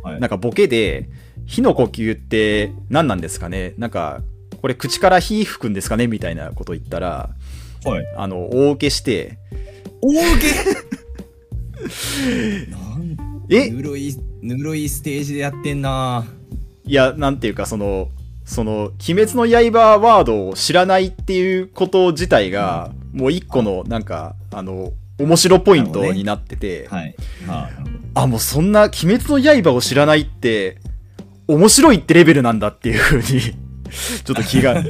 A: はい
B: なんかボケで「火の呼吸って何なんですかねなんかこれ口から火吹くんですかね?」みたいなこと言ったら
A: はい。
B: あの大受けして
A: 大受け なん
B: 「え
A: ぬるい、ぬるいステージでやってんない
B: や、なんていうか、その、その、鬼滅の刃ワードを知らないっていうこと自体が、もう一個の、なんか、あの、面白ポイントになってて、
A: はい。はあ、なるほど
B: あ、もうそんな、鬼滅の刃を知らないって、面白いってレベルなんだっていうふうに、 ちょっと 気が、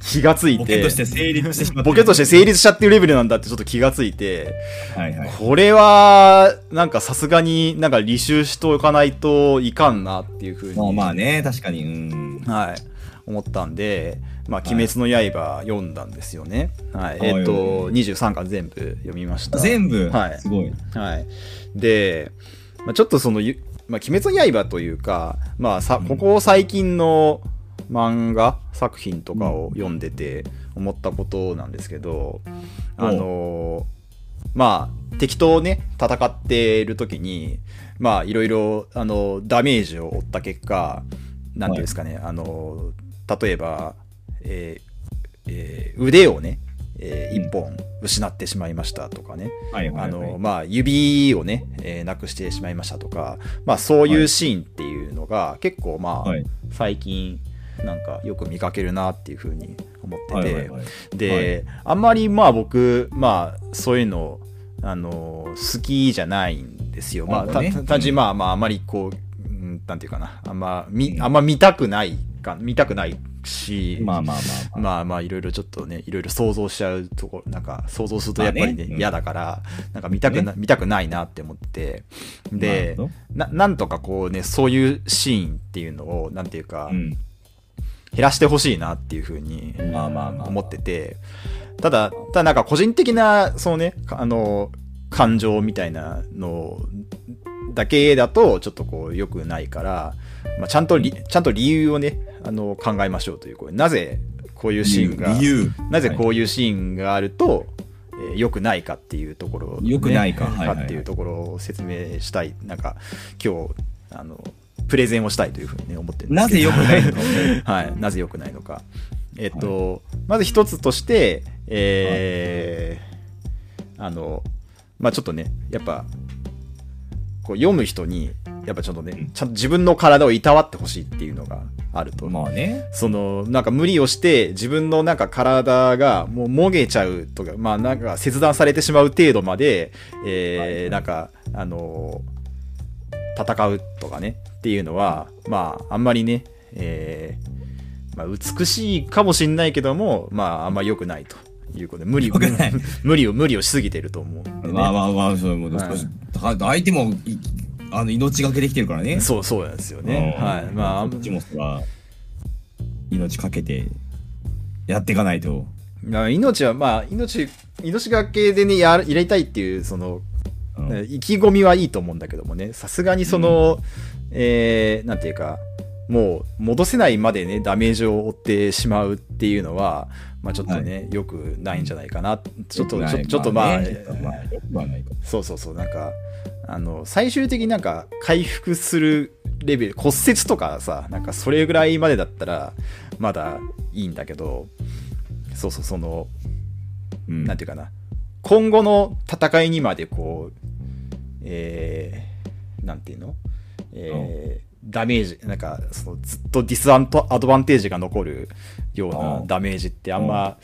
B: 気がついて、
A: ボケとして成立してしまった。
B: ボケとして成立しちゃってるレベルなんだってちょっと気がついて、
A: はいはい。
B: これは、なんかさすがになんか履修しとかないといかんなっていうふうに。
A: まあまあね、確かに。うん。
B: はい、思ったんで、まあ、
A: はい
B: 鬼滅の刃読んだんですよね。はい、
A: はい
B: えっ、と、23巻全部読みました。
A: 全部、
B: はい
A: すごい。
B: はい。で、まあ、ちょっとその、ゆまあ、鬼滅の刃というか、まあ、さ、ここ最近の漫画作品とかを読んでて思ったことなんですけど、
A: うん
B: あのーまあ、敵とね、戦っている時に、まあ、いろいろ、あの、ダメージを負った結果、なんていうんですかね、あのー例えば、えーえー腕をね、えー一本失ってしまいましたとかね、
A: はいはい、はい。
B: あの、まあ、指をね、えーなくしてしまいましたとか、まあ、そういうシーンっていうのが、結構、まあ、
A: はい。
B: 最近、なんか、よく見かけるなっていうふうに思ってて、
A: はいはいはい。
B: で、あんまり、まあ、僕、まあ、そういうの、あの、好きじゃないんですよ。ま
A: な
B: あ、
A: るほどね
B: た単純に、まあ、まあ、あまり、こう、うんなんていうかな、あんま、み、あんま見たくないか、見たくないし、
A: まあまあまあ、まあ。
B: まあまあいろいろちょっとねいろいろ想像しちゃうところなんか想像するとやっぱ
A: ま
B: りね
A: あねうん
B: 嫌だからなんか見たくな見たくないなって思っててで
A: なるほ
B: ななんとかこうねそういうシーンっていうのをなんていうか
A: どうん。
B: 減らしてほしいなっていうふうに
A: まあまあまあ。
B: 思っててただただなんか個人的なそのねかあの感情みたいなのだけだとちょっとこう良くないから、まあ、ちゃんとりちゃんと理由をねあの考えましょうというこれなぜこういうシーンが
A: 理由。
B: なぜこういうシーンがあると、えー良くないかっていうところをね、
A: 良くないかはいはいはい
B: っていうところを説明したいなんか今日あのプレゼンをしたいというふうにね思ってるんです
A: なぜ
B: けど
A: 良くないの
B: はいなぜ良くないのかえっと、まず一つとしてえーあのまあちょっとねやっぱこう読む人にやっぱちょっとね、
A: うん
B: ちゃんと自分の体をいたわってほしいっていうのがあると、
A: まあね。
B: そのなんか無理をして自分のなんか体がもうもげちゃうとかまあなんか切断されてしまう程度まで、
A: はいは
B: えー
A: い
B: なんかあのー戦うとかねっていうのはまああんまりね、えーまあ、美しいかもしれないけどもまああんま良くないということで無理
A: 良くない
B: 無理を無理をしすぎてると思うんでね、
A: まあまあまあ、それも
B: は
A: 少
B: い
A: し、だ相手もいあの命がけできてるからね。
B: そうそうなんですよね、
A: うん
B: はいまあ
A: こっちもそら命かけてやっていかないと。
B: まあ命はまあ命命がけでねやるやりたいっていうその
A: うん
B: 意気込みはいいと思うんだけどもねさすがにその、えーなんていうかもう戻せないまでねダメージを負ってしまうっていうのは、まあ、ちょっとね、良くないんじゃないかなちょっと
A: 良く
B: ち
A: な
B: ょ
A: い
B: ちょっとまあ、
A: ねまあ良くはないか
B: そうそうそうなんかあの最終的になんか回復するレベル骨折とかさなんかそれぐらいまでだったらまだいいんだけどそうそうその
A: うん
B: なんていうかな今後の戦いにまでこうえー、なんていうの、えーダメージなんかそのずっとディスアントアドバンテージが残るような
A: うん
B: ダメージってあんま、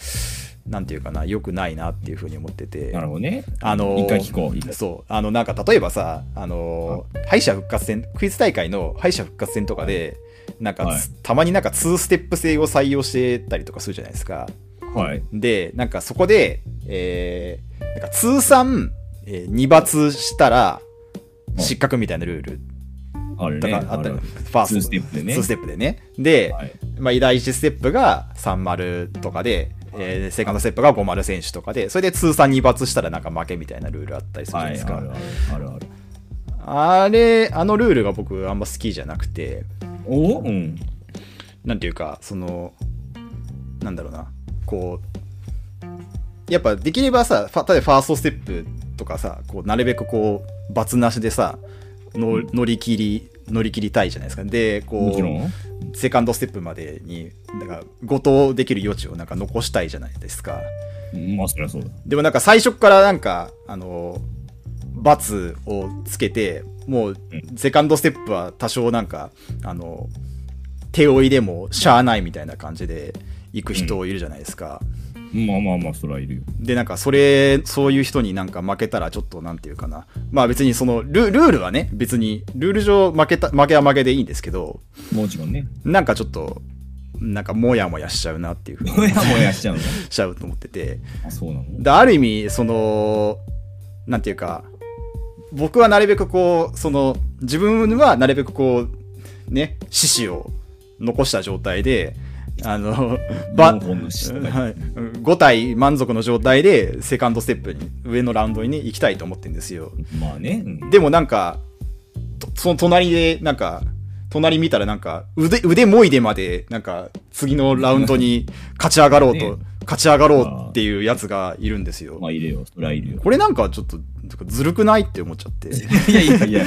B: なんていうかな良くないなっていうふうに思ってて
A: なるほどね。
B: あのー
A: 一回聞こう一回
B: そうあのなんか例えばさあのー敗者復活戦クイズ大会の敗者復活戦とかで、なんかつ、
A: はい
B: たまになんか2ステップ制を採用してたりとかするじゃないですか
A: はい。
B: でなんかそこで、えーなんか通算えー、2罰したら
A: ん
B: 失格みたいなルール
A: ある
B: と
A: ね
B: かあっ
A: る
B: た
A: ある
B: よ、ファースト
A: ツーステップでね
B: 2ステップでねで、
A: はい
B: まあ、第1ステップが3丸とかで、えーセカンドステップが5丸選手とかでそれで通算2罰したらなんか負けみたいなルールあったりするじゃ
A: は
B: な
A: い
B: いですか、
A: あるあるあるある
B: あれあのルールが僕あんま好きじゃなくて
A: おうん
B: なんていうかそのなんだろうなこうやっぱできればさファ例えばファーストステップとかさこうなるべくこう罰なしでさの乗り切り乗り切りたいじゃないですかでこう
A: もちろん
B: セカンドステップまでになんか誤答できる余地をなんか残したいじゃないですか
A: うんまあそりゃそうだ
B: でもなんか最初からなんかあの罰をつけてもうセカンドステップは多少なんかあの手負いでもしゃあないみたいな感じで行く人いるじゃないですか、
A: まあまあまあそりゃいるよ
B: でなんかそれそういう人になんか負けたらちょっとなんていうかなまあ別にそのルルールはね別にルール上負けた負けは負けでいいんですけど
A: もちろんね
B: なんかちょっとなんかモヤモヤしちゃうなっていうふうに
A: もやもやしち ゃうの
B: しちゃうと思ってて
A: あそうなの
B: である意味そのなんていうか僕はなるべくこうその自分はなるべくこうね獅子を残した状態で あのば
A: 四本の獅子とか
B: はい5体満足の状態でセカンドステップに上のラウンドにね行きたいと思ってるんですよ
A: まあねうん
B: でもなんかとその隣でなんか隣見たらなんか腕腕もいでまでなんか次のラウンドに勝ち上がろうと、
A: ね
B: 勝ち上がろうっていうやつがいるんですよ、
A: まあいるよそりゃいるよ
B: これなんかちょっとずるくないって思っちゃって。 い
A: いやいやいや、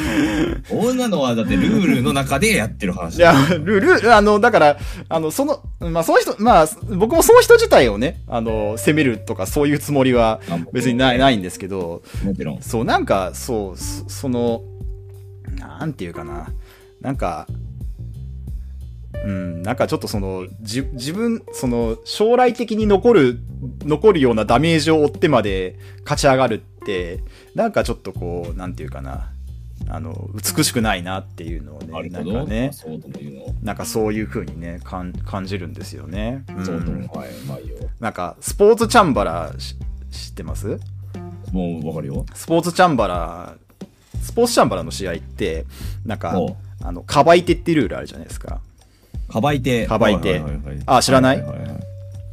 A: 女のはだってルールの中でやってる話だ
B: や、ルール、あの、だから、あの、その、まあ、その人、まあ、僕もその人自体をね、あの、責めるとかそういうつもりは
A: あもう
B: 別にない、ないんですけど、
A: もちろん。
B: そう、なんか、そう、そその、なんていうかな、なんか、うん、なんかちょっとその、じ自分、その、将来的に残る、残るようなダメージを負ってまで勝ち上がるって、なんかちょっとこう、なんていうかな、あの、美しくないなっていうのを
A: な
B: ね、
A: る
B: な
A: ほ
B: ん
A: ど。
B: かね、
A: そうとも言うの。
B: なんかそういう風にね、感感じるんですよね。うん
A: そうとも、はい、まあいいよ。
B: なんか、スポーツチャンバラし知ってます
A: もうわかるよ。
B: スポーツチャンバラ、スポーツチャンバラの試合って、なんか
A: おう、
B: あの、かばい手っていうルールあるじゃないですか。
A: かばいて。
B: かばいて
A: ははは
B: あ知らない
A: はははい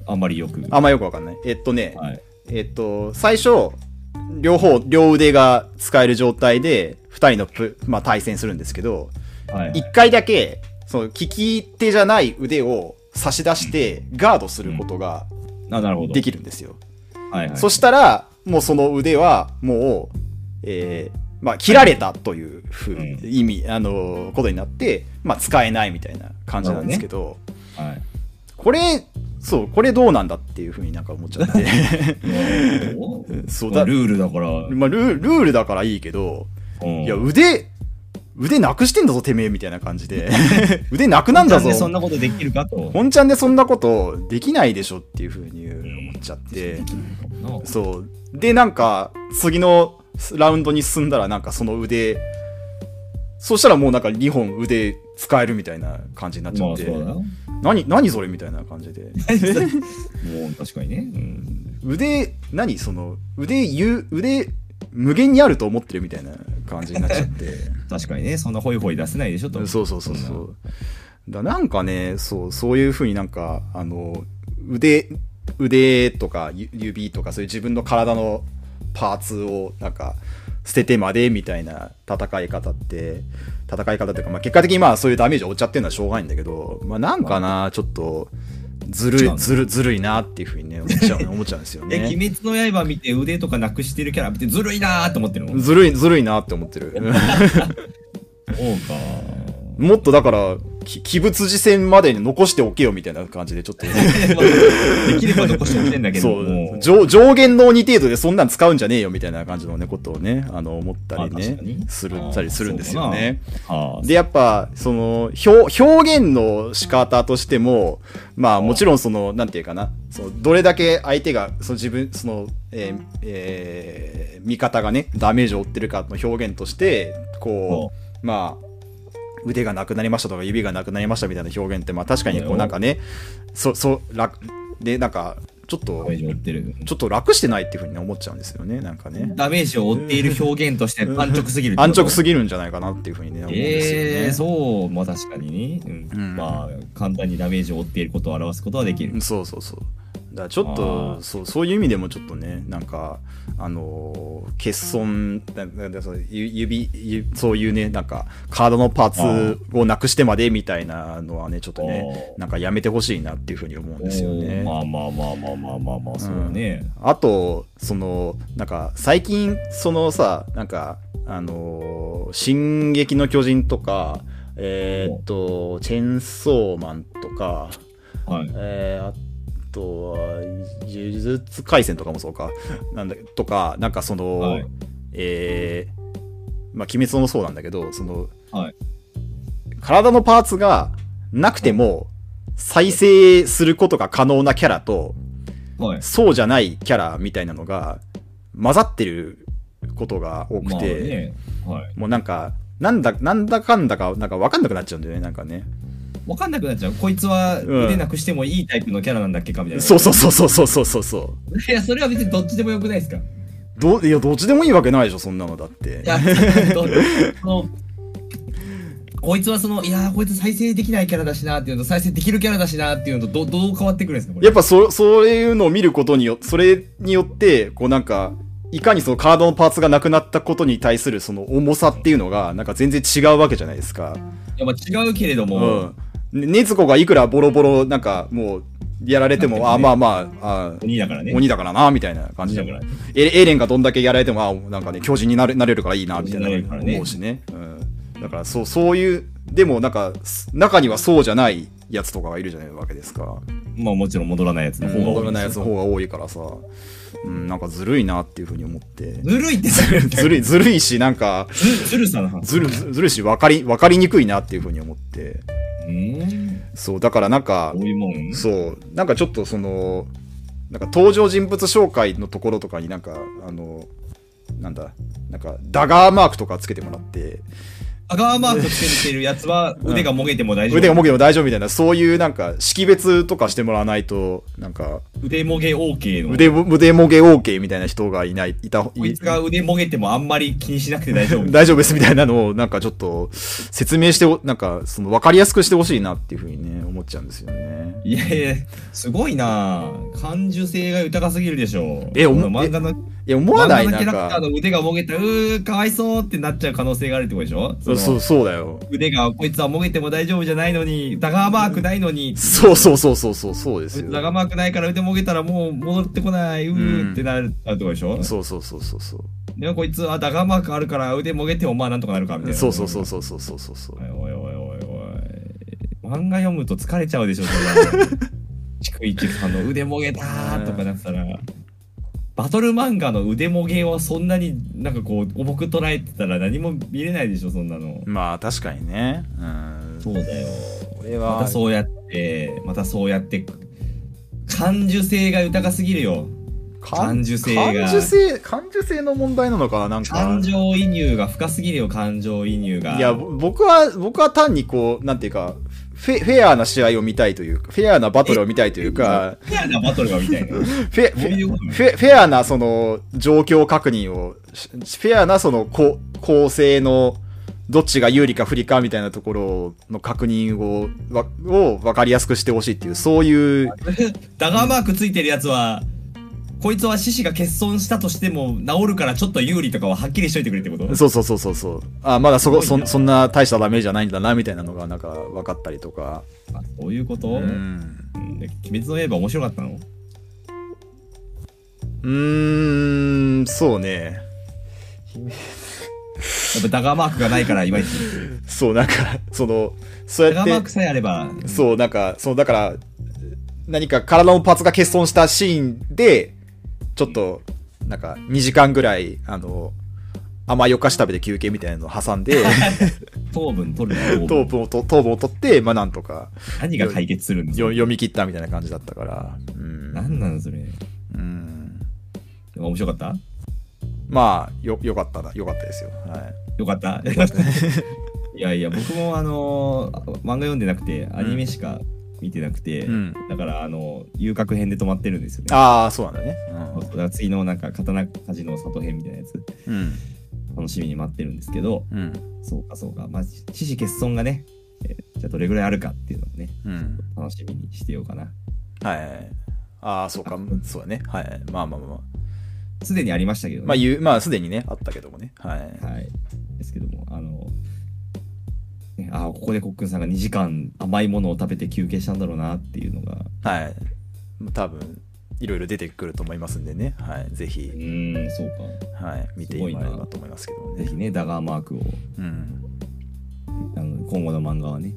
A: あんまりよく。
B: あんまよくわかんない。えっとね、
A: はい。
B: えっと、最初、両方、両腕が使える状態で、二人のプ、まあ、対戦するんですけど、
A: はいはい
B: 一回だけ、その、利き手じゃない腕を差し出して、ガードすることが
A: あなるほど。
B: できるんですよ。
A: はいはい。
B: そしたら、もうその腕は、もう、えーまあ、切られたというふう
A: う
B: 意味、あのーことになって、まあ、使えないみたいな感じなんですけど、
A: はい。
B: これ、そう、これどうなんだっていうふうになんか思っちゃって。
A: お
B: そう
A: まあ
B: だ、
A: ルールだから。う
B: まあ、ルールールだからいいけど、
A: ん
B: いや、腕、腕なくしてんだぞ、てめえ、みたいな感 じで。腕なくなんだ
A: なん
B: ぞ
A: で。そんなことできるかと。
B: 本ちゃんでそんなことできないでしょっていうふうに思っちゃって。
A: な
B: そう。で、なんか、次のラウンドに進んだら、なんかその腕、そしたらもうなんか2本腕使えるみたいな感じになっちゃ
A: ま
B: っ
A: あ
B: て、
A: そうだよ。も
B: 何、何それみたいな感じで。
A: う確かにね。うん
B: 腕、何その、腕、ゆ腕、無限にあると思ってるみたいな感じになっちゃって。
A: 確かにね、そんなホイホイ出せないでしょと。
B: そうそうそうそう。だなんかね、そう、そういうふうになんか、あの、腕、腕とかゆ指とかそういう自分の体のパーツをなんか捨ててまでみたいな戦い方って、戦い方っていうか、まあ結果的にまあそういうダメージを負っちゃってるのはしょうがないんだけど、まあなんかな、ちょっと、
A: 違
B: ず
A: う
B: るい、
A: の
B: ずる、ずるいなっていうふうにね、思っちゃう、思っちゃうんですよ
A: え、
B: ね。
A: 鬼滅の刃見て腕とかなくしてるキャラ見てずるいなーって思ってるの
B: ずるい、ずるいなって思っ てる。
A: そうか。
B: もっとだから、き鬼物事戦までに残しておけよみたいな感じで、ちょっと。
A: できれば残しておきたいんだけど、
B: そ
A: も
B: う上上限の鬼程度でそんなん使うんじゃねえよみたいな感じのねことをねあの思ったり
A: まあ確か
B: ね
A: に
B: する
A: あー
B: たりするんですよね。
A: はあ、
B: でやっぱその表表現の仕方としてもまあもちろんそのなんていうかなそのどれだけ相手がその自分その、えーえー味方がねダメージを負ってるかの表現としてこうまあ腕がなくなりましたとか指がなくなりましたみたいな表現ってまあ確かにこうなんかねそそう楽でなんかちちょっと
A: ダメージを負ってる。
B: ちょっと楽してないっていうふうにね思っちゃうんですよねなんかね
A: ダメージを負っている表現として安直すぎる。
B: 安直す
A: ぎ
B: ぎるんじゃないかなっていうふうにね思うんですよね、
A: ええー、そう、まあ確かにね、うん
B: うん
A: まあ簡単にダメージを負っていることを表すことはできる。
B: そうそうそうだからちょっ
A: あ
B: と
A: ー
B: そうそういう意味でもちょっとねなんかあのー欠損だだだそうゆ指ゆそういうねなんかカードのパ
A: あ
B: ーツをなくしてまでみたいなのはねちょっとね
A: あー
B: なんかやめてほしいなっていうふうに思うんですよ
A: おー
B: ね。
A: まあまあまあまあまあまあまあ、そうね。
B: あと、その、なんか、最近、そのさ、なんか、あのー進撃の巨人とか、えーっと、チェンソーマンとか、
A: はい。
B: えーあとは、呪術廻戦とかもそうか、 なんだとか、なんかその、
A: はい
B: えーまあ、鬼滅もそうなんだけど、その、
A: はい
B: 体のパーツがなくても、再生することが可能なキャラと、
A: はい。
B: そうじゃないキャラみたいなのが混ざってることが多
A: ま
B: く
A: あ
B: て、
A: ね、はい。
B: もうなんか、なんだ、なんだかんだか、なんか分かんなくなっちゃうんだよね、なんかね。
A: わかんなくなっちゃう。こいつは
B: うん
A: 腕なくしてもいいタイプのキャラなんだっけかみたいな。
B: そうそうそうそうそうそうそうそう。
A: いや、それは別にどっちでもよくないですかい
B: どういやどっちでもいいわけないでしょそんなのだって
A: や、どその、こいつはその、いやー、こいつ再生できないキャラだしなっていうのと、再生できるキャラだしなっていうのと、どどう変わってくるんですかこれ
B: やっぱそそういうのを見ることによそれによってこうなんかいかにそのカードのパーツがなくなったことに対するその重さっていうのがなんか全然違うわけじゃないですか
A: いやまあ違うけれど
B: う
A: も、
B: んね禰豆子がいくらボロボロなんかもうやられても
A: なんかね
B: あまあまああ
A: 鬼だからね。
B: 鬼だからなみたいな感じだから
A: 鬼だ
B: エレエレンがどんだけやられてもあなんかね巨人になれなれるからいいなみたいな
A: 巨人になれるからね
B: 思うしね、うん、だからそうそういうでもなんかす中にはそうじゃないやつとかがいるじゃないわけですか
A: まあもちろん戻らないやつの方が多いです
B: 戻らないやつの方が多いからさ、うん、なんかずるいなっていうふうに思って
A: ずるいってさ、
B: ずるいずるいしなんか
A: ずずるさの話。
B: ずるずるいし分かり分かりにくいなっていうふうに思って
A: うん。
B: そうだからなんか
A: こういうもん
B: そう、なんかちょっとその、なんか登場人物紹介のところとかになんか、あの、なんだ、なんか、ダガーマークとかつけてもらって、
A: アガーマークつけてるやつは腕がもげても大丈夫。
B: 腕がもげても大丈夫みたいな、そういうなんか、識別とかしてもらわないと、なんか、
A: 腕もげ OK の。
B: 腕も、腕もげ OK みたいな人がいない、いた、
A: こい
B: い
A: つが腕もげてもあんまり気にしなくて大丈 夫。
B: 大丈夫ですみたいなのを、なんかちょっと、説明してお、なんか、その、わかりやすくしてほしいなっていうふうにね、思っちゃうんですよね。
A: いやいや、すごいなあ感受性が豊かすぎるでしょう。
B: えおも
A: この漫画の、
B: いや、思わ
A: 漫
B: な
A: 画
B: い
A: の
B: な
A: キ
B: ん
A: ャラクター
B: か、
A: の腕がもげた、うー、かわいそうってなっちゃう可能性があるってことでしょ
B: そう、
A: そ
B: そ
A: の
B: うそうだよ。
A: 腕が、こいつはもげても大丈夫じゃないのに、ダガーマークないのに、
B: そうそうそうそうそう、そうですよ。
A: ダガーマークないから腕もげたらもう戻ってこない、う
B: うん
A: ーってなるってことでしょ、
B: そうそうそうそうそう。
A: でもこいつはダガーマークあるから腕もげてもまあなんとかなるかみたいな。
B: そうそうそうそうそうそうそうそう
A: おいおいおいおいおい。漫画読むと疲れちゃうでしょ、そん なの逐一さんの腕もげたーとかなったら。バトル漫画の腕もげをそんなになんかこう重く捉えてたら何も見れないでしょ、そんなの。
B: まあ確かにねうん
A: そうだよ。
B: 俺
A: ま
B: は
A: たそうやって、またそうやって、感受性が豊かすぎるよ。感受性が
B: 感受性感受性の問題なのかななんか
A: 感情移入が深すぎるよ、感情移入が。
B: いやぼ僕は僕は単にこうなんていうかフェフェアな試合を見たいというかフェアなバトルを見たいというか
A: フェアなバトルがみたいな。
B: フェフ
A: そういう
B: ェ
A: ことね
B: フェフェアなその状況確認をしフェアなそのこ構成のどっちが有利か不利かみたいなところの確認をわを分かりやすくしてほしいっていうそういう
A: ダガーマークついてるやつは、こいつは獅子が欠損したとしても治るからちょっと有利とかははっきりしといてくれってこと
B: そうそうそうそうそう。あ、まだそこ、
A: すごいな
B: そそんな大したダメージじゃないんだな、みたいなのが、なんか、分かったりとか。
A: あそういうこと、う、
B: うんん。
A: 鬼滅の刃面白かったの
B: うーん、そうね。
A: やっぱダガーマークがないからいまいち。
B: そう、なんか、その、そ
A: ダ
B: うや
A: ガーマー
B: って
A: ク、さえあれば、
B: そう、なんか、その、だから、何か体のパーツが欠損したシーンで、ちょっと、なんか、2時間ぐらい、あの、甘いお菓子食べて休憩みたいなのを挟 んで、
A: 糖分取るな糖
B: 糖
A: 分。
B: 分をと、糖分を取って、まあ、なんとか、
A: 何が解決するんです
B: よ
A: か
B: 読み切ったみたいな感じだったから、うん。
A: 何なんそれ。で
B: うん。
A: も面白かった
B: まあ、よ、よかったな、よかったですよ。はい。
A: よかった いやいや、僕もあのー漫画読んでなくて、アニメしか見てなくて、
B: うん
A: だからあの遊郭編で止まってるんですよね
B: ああそうなんだね
A: そうだから次のなんか刀鍛冶の里編みたいなやつ
B: うん
A: 楽しみに待ってるんですけど
B: うん
A: そうかそうかまあ獅子欠損がね、えーじゃあどれぐらいあるかっていうのをね
B: うん
A: 楽しみにしてようかな
B: はいああそう かそうだねはいまあまあまあまあ
A: すでにありましたけどね
B: まあ言うまあすでにねあったけどもねはい
A: はいですけどもあのねあーここでコックンさんが2時間甘いものを食べて休憩したんだろうなっていうのが
B: はい。多分いろいろ出てくると思いますんでね、はい、ぜ
A: う
B: ひ、
A: ーんそうか
B: はい、見てもらえればと思いますけども
A: ぜ
B: ね
A: ひ。ねダガーマークを
B: うん、
A: あの今後の漫画はね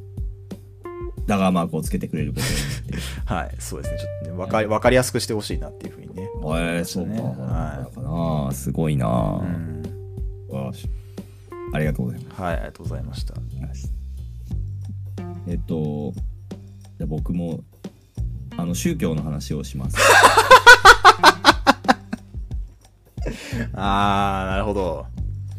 A: ダガーマークをつけてくれること
B: はい、そうですね、ちょっとね、わかりわかりやすくしてほしいなっていうふうにね。
A: になってえーそうか、
B: は
A: かなすごいな、
B: い、うん。
A: わあしありがとうございま
B: はい、ありがとうございました。
A: すえっとじゃあ僕もあの宗教の話をします
B: あー、なるほど。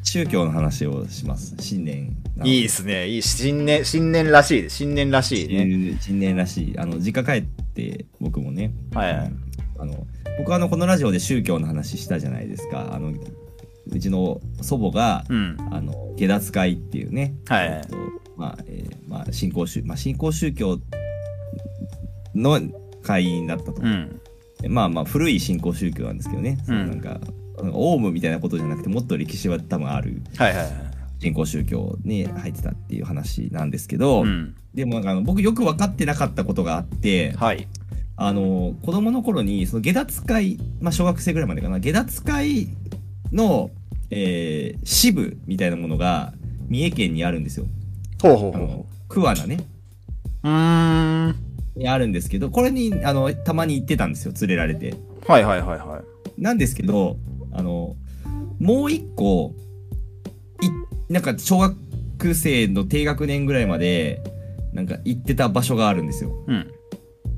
A: 宗教の話をします新年なので
B: いいですね、いい、新年、新年らしいです、新年らしいね。
A: 新新年らしいあの実家帰って僕もね
B: はい、
A: あの僕はあのこのラジオで宗教の話したじゃないですかあのうちの祖母が、
B: うん、
A: あの下脱会っていうね、
B: はい
A: えっとまあえーまあ、信仰宗まあ、信仰宗教の会員だったと、
B: うん、
A: まあまあ古い信仰宗教なんですけどね、
B: うん
A: そのなんかなんかオウムみたいなことじゃなくてもっと歴史は多分ある
B: はいはいはい。
A: 信仰宗教に入ってたっていう話なんですけど、
B: うん、
A: でもなんかあの僕よく分かってなかったことがあって、
B: はい、
A: あの子供の頃にその下脱会、まあ、小学生ぐらいまでかな下脱会の、えー支部みたいなものが三重県にあるんですよ
B: ほうほう
A: あ
B: ほうほ
A: の桑名ね
B: う。うーん、
A: にあるんですけどこれにあのたまに行ってたんですよ連れられて
B: はいはいはいはい。
A: なんですけどあのもう一個いなんか小学生の低学年ぐらいまでなんか行ってた場所があるんですよ
B: うん、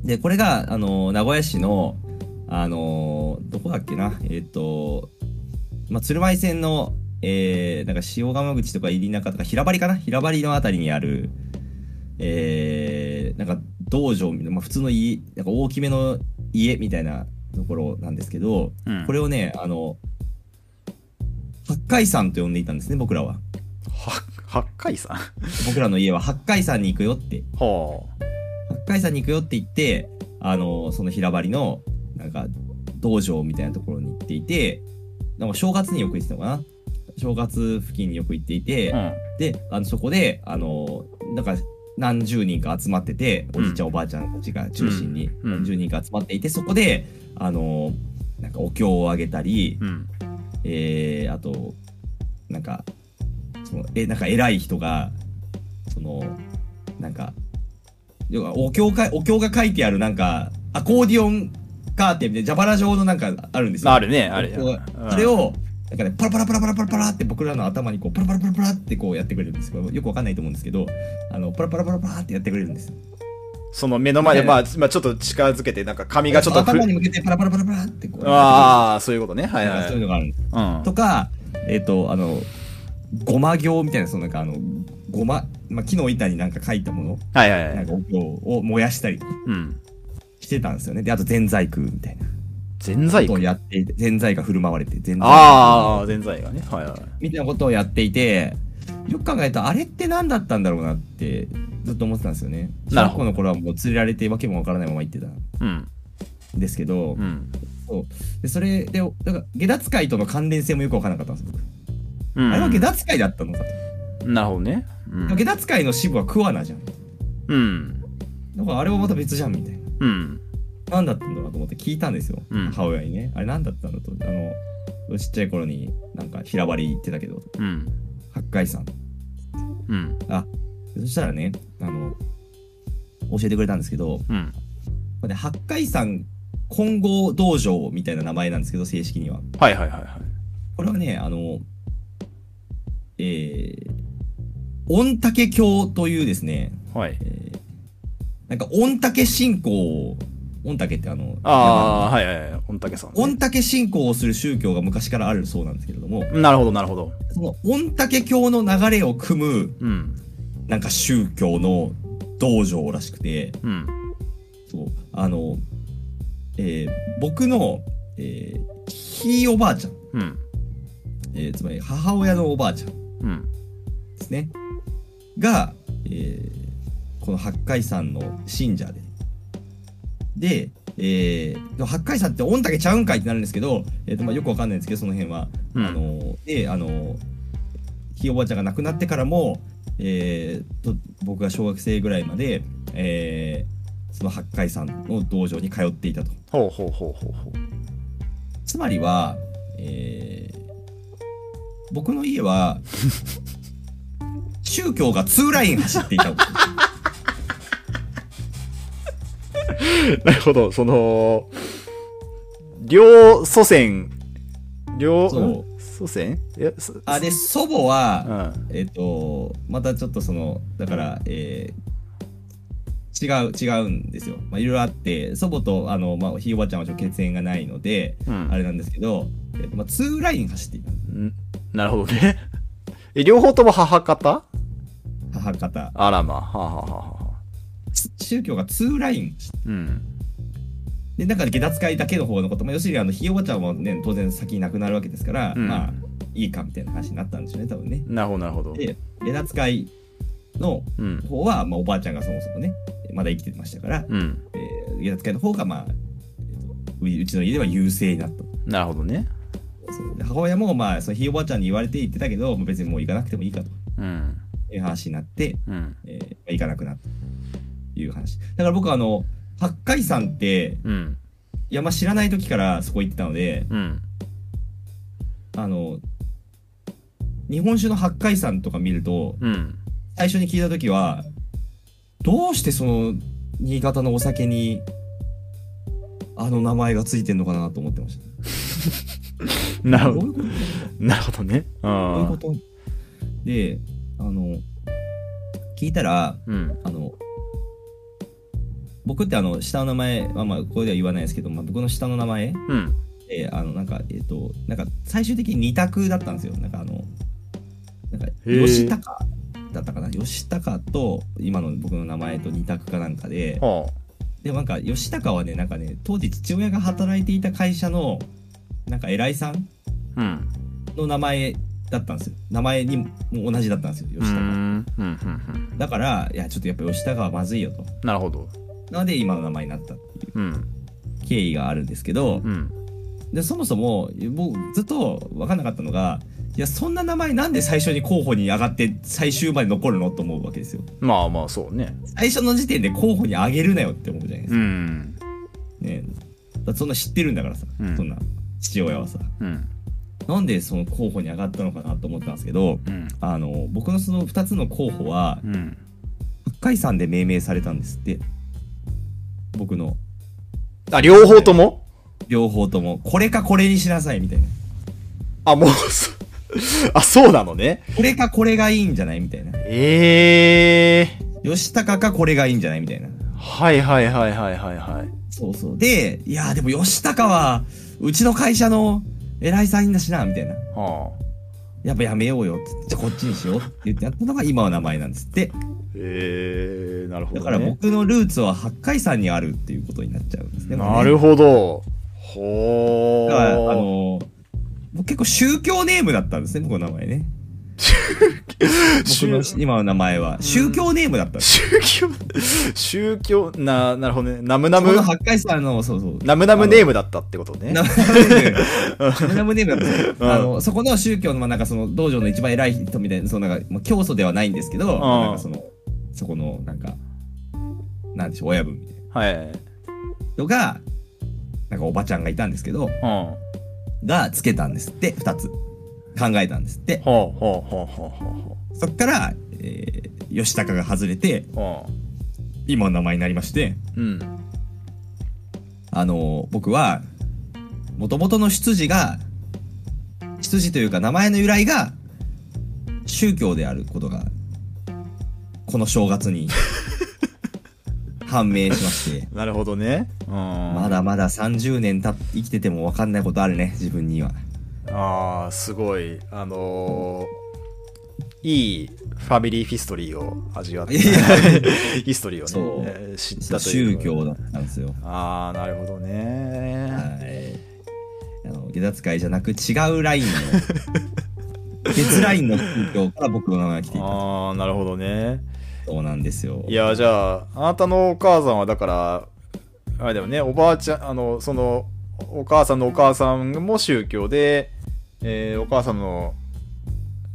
A: で、これが、あの、名古屋市の、あの、どこだっけな、えっ、と、まあ、鶴舞線の、えー、なんか塩釜口とか入中とか平張りかな平張りのあたりにある、えー、なんか道場みたいな、まあ、普通の家、なんか大きめの家みたいなところなんですけど、
B: うん。
A: これをね、あの、八海山と呼んでいたんですね、僕らは。
B: は、八海さん。
A: 僕らの家は八海山に行くよって
B: ほう。
A: 八海山に行くよって言ってあのその平張りのなんか道場みたいなところに行っていてなんか正月によく行ってたのかな正月付近によく行っていて、
B: うん。
A: であのそこであのなんか何十人か集まってておじいちゃん、おばあちゃんたちが中心に
B: うんうん
A: 何十人か集まっていてそこであのなんかお経をあげたり、
B: うん。
A: えーあとなんかそのえなんか偉い人がそのなんか要はお経かお経が書いてあるなんかアコーディオンカーテンみたいな蛇腹状のなんかあるんですよ。
B: あるね、ある
A: お経が
B: うん
A: あれをなんかねパラパラパラパラパラパラって僕らの頭にこうパラパラパラパラってこうやってくれるんですよよくわかんないと思うんですけどあのパラパラパラパラってやってくれるんですよ
B: その目の前で、
A: ね
B: まあ、まあ、ちょっと近づけて、なんか髪がちょっと
A: 頭に
B: ふ。
A: 向けてパラパラパラパラってこう
B: ああ、そういうことね。はい
A: なん
B: は
A: か
B: い。
A: そう
B: う。
A: いうんのがあるんですとか、えっ、と、あの、ごま行みたいな、そのなんかあの、ごま、まあ、木の板になんか書いたもの、
B: はいはいは
A: なん
B: い。
A: かお経を燃やしたり
B: うん。
A: してたんですよね。で、あと、ぜんざい食うみたいな
B: ぜんざ
A: こ
B: い
A: とをやっていて、ぜんざいが振る舞われて、ぜんざい
B: ああ、ぜんざいがね。はいはい。
A: みたいなことをやっていて、よく考えたら、あれって何だったんだろうなって、ずっと思ってたんですよね。
B: な
A: 小学
B: るほど
A: 校の頃はもう連れられて、わけもわからないまま行ってたん
B: うん。
A: ですけど、
B: うん。
A: そうでそれで、だから、下脱会との関連性もよくわからなかったんです、僕。
B: うん。
A: あれは下脱会だったのかと。
B: なるほどね。う
A: でも下
B: ん。
A: 脱会の支部は桑名じゃん。
B: うん。
A: なんかあれはまた別じゃんみたいな。
B: うん。
A: 何だったんだろうと思って聞いたんですよ、
B: うん
A: 母親にね。あれ何だったんだと。あの、ちっちゃい頃になんか平張り行ってたけど、
B: うん。
A: 八海山。
B: うん。
A: そしたらね、あの、教えてくれたんですけど、
B: うん。
A: これ八海山混合道場みたいな名前なんですけど、正式には。
B: はいはいはいはい。
A: これはね、あの、えー、御嶽教というですね、
B: はい。
A: えーなんか御嶽信仰を、御嶽ってあの、
B: ああ、はいはいはい。御嶽さん
A: 御
B: ね。
A: 嶽信仰をする宗教が昔からあるそうなんですけれども、
B: なるほどなるほど。
A: その御嶽教の流れを組む、
B: うん。
A: なんか宗教の道場らしくて、
B: うん。
A: あの、えー僕の、えーひいおばあちゃん、
B: うん。
A: えーつまり母親のおばあちゃん
B: うん。
A: ですねが、えーこの八海山の信者でで、えーでも八海山って御嶽ちゃうんかいってなるんですけど、えーとまあ、よくわかんないんですけどその辺は、
B: うん
A: あのであのひいおばあちゃんが亡くなってからも、えーと僕が小学生ぐらいまで、えーその八海山の道場に通っていたと。
B: ほうほうほうほう ほう。
A: つまりは、えー僕の家 は宗教がツーライン走ってい た
B: なるほど、その、両祖先、両、
A: そうん
B: 祖先え、す
A: あで祖母
B: う
A: は、
B: ん。
A: えっ、とまたちょっとそのだから、えー違う違うんですよまあいろいろあって祖母とあの、まあ、ひいおばあちゃんはちょっと血縁がないので
B: うん
A: あれなんですけど、えーとまあ、ツーライン走っていた
B: んなるほどね。 え、両方とも母方
A: 母方
B: あらま、はあ、はあはあはあ、
A: 宗教がツーライン走って
B: うん。
A: で、なんか下脱会だけの方のこと、まあ、要するにあのひいおばあちゃんもね、当然先に亡くなるわけですから、
B: うん
A: まあ、いいかみたいな話になったんでしょうね、多分ね。
B: なるほど、なるほど。
A: で、下脱会の
B: うん。
A: 方は、まあ、おばあちゃんがそもそもね、まだ生きてましたから、
B: うん。
A: えー、下脱会の方が、まあ、えーとううちの家では優勢になった。
B: なるほどね。
A: そうで母親も、まあ、そのひいおばあちゃんに言われて行ってたけど、まあ別にもう行かなくてもいいかと
B: うん。
A: いう話になって、
B: うん。
A: えーまあ行かなくなったという話。だから僕は、あの、八海山って
B: うん。
A: 山知らない時からそこ行ってたので、
B: うん。
A: あの日本酒の八海山とか見ると
B: うん。
A: 最初に聞いた時はどうしてその新潟のお酒にあの名前がついてんのかなと思ってました。
B: なるほ
A: どういうこ
B: ど。
A: と
B: なるほどね。う
A: どういうこ
B: ん。
A: とであの聞いたら
B: うん。
A: あの僕ってあの下の名前はまあここでは言わないですけど、まあ、僕の下の名前
B: うん。
A: えーあのなんかえっ、となんか最終的に二択だったんですよなんかあのなんか
B: へー
A: 吉高だったかな吉高と今の僕の名前と二択かなんかで
B: は
A: でもなんか吉高はねなんかね当時父親が働いていた会社のなんか偉いさん
B: あ。うん。
A: の名前だったんですよ名前にも同じだったんですよ
B: う
A: 吉高
B: ん。うん。うん。
A: だからいやちょっとやっぱ吉高はまずいよと
B: なるほど。
A: なので今の名前になったっていう
B: うん。
A: 経緯があるんですけど、
B: うん。
A: でそもそも僕ずっと分かんなかったのがいやそんな名前なんで最初に候補に上がって最終まで残るのと思うわけですよ
B: まあまあ、そうね。
A: 最初の時点で候補に上げるなよって思うじゃないです
B: う
A: か,、
B: ん。
A: ねだってそんな知ってるんだからさ、
B: うん
A: そんな父親はさ
B: うん。
A: なんでその候補に上がったのかなと思ったんですけど
B: うん。
A: あの僕のその2つの候補は
B: うん。
A: 八海山で命名されたんですって僕の
B: あ、両方とも
A: 両方ともこれかこれにしなさいみたいな
B: あ、もう、そあ、そうなのね。
A: これかこれがいいんじゃないみたいな
B: ええ
A: 吉高かこれがいいんじゃないみたいな
B: ー。はいはいはいはいはいはい。
A: そうそう。で、いやーでも吉高は、うちの会社の偉いさんだしな、みたいな。
B: はあ。
A: やっぱやめようよって言って、じゃあこっちにしようって言ってやったのが今の名前なんですって。
B: ええー、なるほど、
A: だ
B: ね。
A: から僕のルーツは八海山にあるっていうことになっちゃうんですね。
B: なる
A: ほ
B: ほど。ほ
A: ど。
B: ー。
A: だから、あのー僕結構宗教ネームだったんですね、僕の名前ね。僕の
B: 宗
A: 今の名前は。宗教ネームだったんです。
B: 宗教、宗教、な、なるほどね。ナムナ
A: こ
B: ム
A: の、八海山の、そうそう。
B: ナムナムネームだったってことね
A: ナ。ムナムネーム。ナムナムネームなんですよ
B: うん
A: あの、そこの宗教の、まあ、なんかその道場の一番偉い人みたいな、そのなんか、まあ、教祖ではないんですけど、まあなんかその、そこの、なんか、なんでしょう、親分みたいな
B: はい。うん。
A: 人が、なんかおばちゃんがいたんですけど、
B: ほ
A: がつけたんですって、二つ。考えたんですって
B: う。ほうほうほうほうほ
A: そっから、えー、吉高が外れて、
B: うほ
A: 今の名前になりまして、
B: う。うん。
A: あの僕は、もともとの出自が、出自というか名前の由来が、宗教であることが、この正月 に、判明しまして、
B: なるほどね。うん。
A: ま
B: ま。
A: だまだ30年た生きてても分かんないことあるね、自分には。
B: ああ、すごい。あのーいいファミリーヒストリーを味わって
A: いや
B: ヒストリーを
A: そう
B: ねえー知ったという
A: 宗
B: か
A: 教だったんですよ。
B: ああなるほど
A: は
B: ね
A: い。あの、下脱会じゃなく違うラインの、 別ラインの宗教から僕の名前が来ていた。
B: ああなるほどね
A: そうなんですよ。
B: いやじゃああなたのお母さんはだからあれだよねおばあちゃんあのそのお母さんのお母さんも宗教で、えーお母さんの、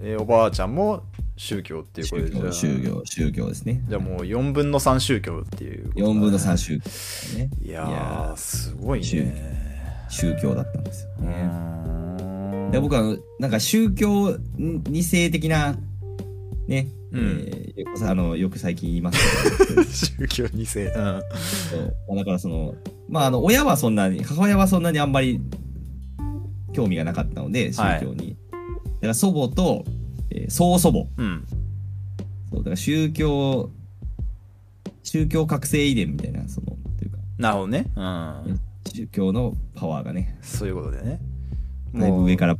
B: えーおばあちゃんも宗教っていうこ
A: 宗
B: とで
A: 教、
B: じゃあ
A: 宗教、宗教ですね。
B: じゃあもう4分の3宗教っていうことだね
A: 4分の3宗教ですね。
B: いやーすごい
A: 宗
B: ね
A: 宗教だったんですよ
B: う
A: ね。
B: ーん
A: で僕はあのなんか宗教に性的なね、
B: うん
A: えーさあのよく最近言います
B: 宗教2世うん
A: けど まあだからそのまああの親はそんなに母親はそんなにあんまり興味がなかったので宗教に、だから祖母と、えー曽祖母
B: うん
A: そうだから宗教宗教覚醒遺伝みたいなそのというか
B: なるほどねうん
A: 宗教のパワーがね
B: そういうことでね
A: だいぶ上からら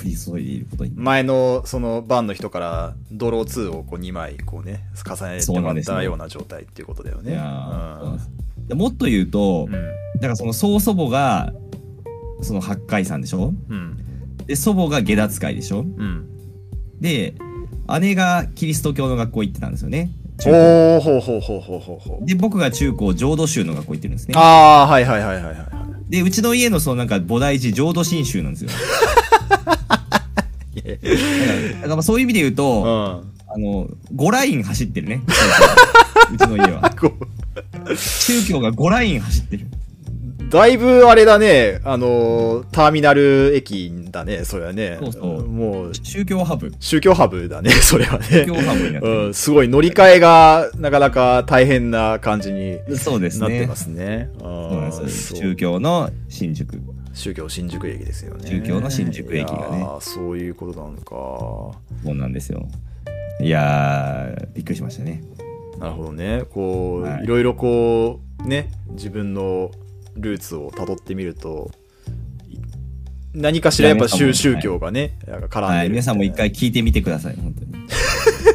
A: 降り注いでいることに
B: 前のそのバンの人からドロー2をこう2枚こうね重ねて
A: そう
B: も
A: なん
B: らっ
A: です
B: た
A: ね
B: ような状態っていうことだよ
A: い
B: ね
A: やーそうなんですでもっと言う
B: う
A: と、
B: ん
A: だからその曽祖母がその八海山でしょ
B: うん
A: で祖母が下脱会でしょ
B: うん
A: で姉がキリスト教の学校行ってたんですよね中高
B: おおほうほうほうほうほうほう
A: で僕が中高浄土宗の学校行ってるんですね
B: ああはいはいはいはいは
A: でうちの家のそのなんか菩提寺浄土真宗なんです よ
B: いい
A: だ
B: や
A: からだからそういう意味で言う
B: う
A: と、
B: ん
A: あの5ライン走ってるねうちの家は
B: こう
A: 宗教が5ライン走ってる
B: だいぶあれだね、あのーターミナル駅だね、それはね。
A: そうそう
B: もう、
A: 宗教ハブ
B: 宗教ハブだね、 それはね
A: 宗。教ハブになって
B: う
A: る
B: ん、すごい乗り換えがなかなか大変な感じに
A: そうです
B: なって
A: ね
B: ますね。
A: そうなん
B: あ
A: です
B: ー
A: よ
B: そう
A: 宗教の新宿
B: 宗教新宿駅ですよね。
A: 宗教の新宿駅がね
B: いやーそういうことなの
A: そうなんですよ。いやー、びっくりしましたね。
B: か。なるほどね。こう、
A: はい
B: いろいろこう、ね、自分のルーツを辿ってみると、い何かしらやっ
A: い
B: ぱ
A: や
B: 宗
A: 皆さんも
B: 宗教がね、絡んでる、
A: はい、皆さんも一回聞いてみてください、本当に。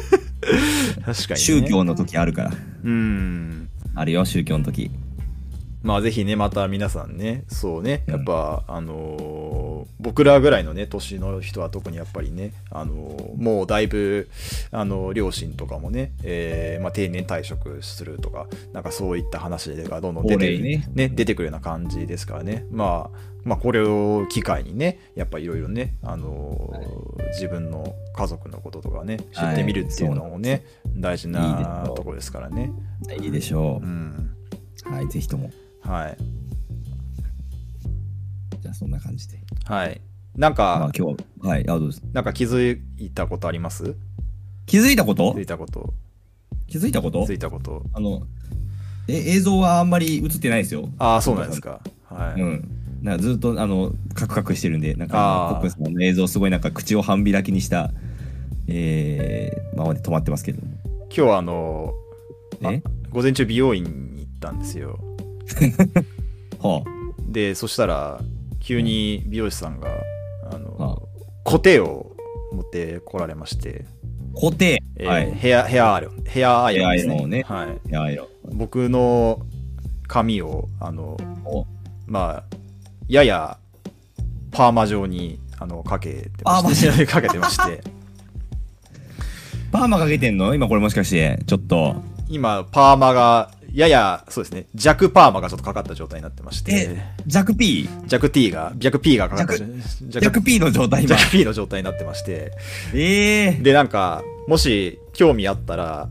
B: 確かに、ね、
A: 宗教の時あるから。
B: うん
A: あるよ、宗教の時。
B: まあぜひねまた皆さんねそうねやっぱ、あのー僕らぐらいのね年の人は特にやっぱりね、あのーもうだいぶ、あのー両親とかもね、えーまあ、定年退職するとかなんかそういった話がどんどん出て
A: 高齢
B: る、
A: ね
B: ね、出てくるような感じですからね、まあ、まあこれを機会にねやっぱいろいろね、あのー自分の家族のこととかね知ってみるっていうのもね、大事
A: いいです
B: な
A: よ
B: とこですからね。
A: いいでしょ
B: うん
A: う。はい、ぜひとも。
B: はい。
A: じゃあ、そんな感じで。
B: はい。なん
A: まあ
B: か、、
A: 今日は、はい、あ、どうです
B: なんか気づいたことあります
A: 気づいたこ
B: 気
A: と
B: づいたこと。
A: 気づいたこ
B: 気
A: と
B: づいたこと。
A: あの、え、映像はあんまり映ってないですよ。
B: ああ、そうなんですか。は
A: う
B: い。
A: ん。なんかずっと、あの、カクカクしてるんで、なん
B: あ
A: か、
B: ー
A: コックさんの映像、すごいなんか口を半開きにした、えー、ままで止まってますけど。
B: 今日はあの、あ
A: え
B: 午前中美容院に行ったんですよ。
A: は
B: で、そしたら、急に美容師さんが、あの、
A: あ
B: コテを持ってこられまして、
A: あ、固定。
B: えー
A: はい。
B: ヘア、ヘアアイロン、ヘアアイロンです
A: ヘアアイロンをね
B: ね。はい。
A: いやいや。
B: 僕の髪を、あの、
A: お
B: まあ、ややパーマ状にあのかけてまして かけてまして
A: パーマかけてんの今これもしかして、ちょっと。
B: 今パーマがややそうですね弱パーマがちょっとかかった状態になってまして
A: え、弱 P?
B: 弱 T が弱 P がかかった
A: 弱
B: 弱
A: 弱 P の状態今。
B: 弱 P の状態になってまして
A: ええ
B: でなんかもし興味あったら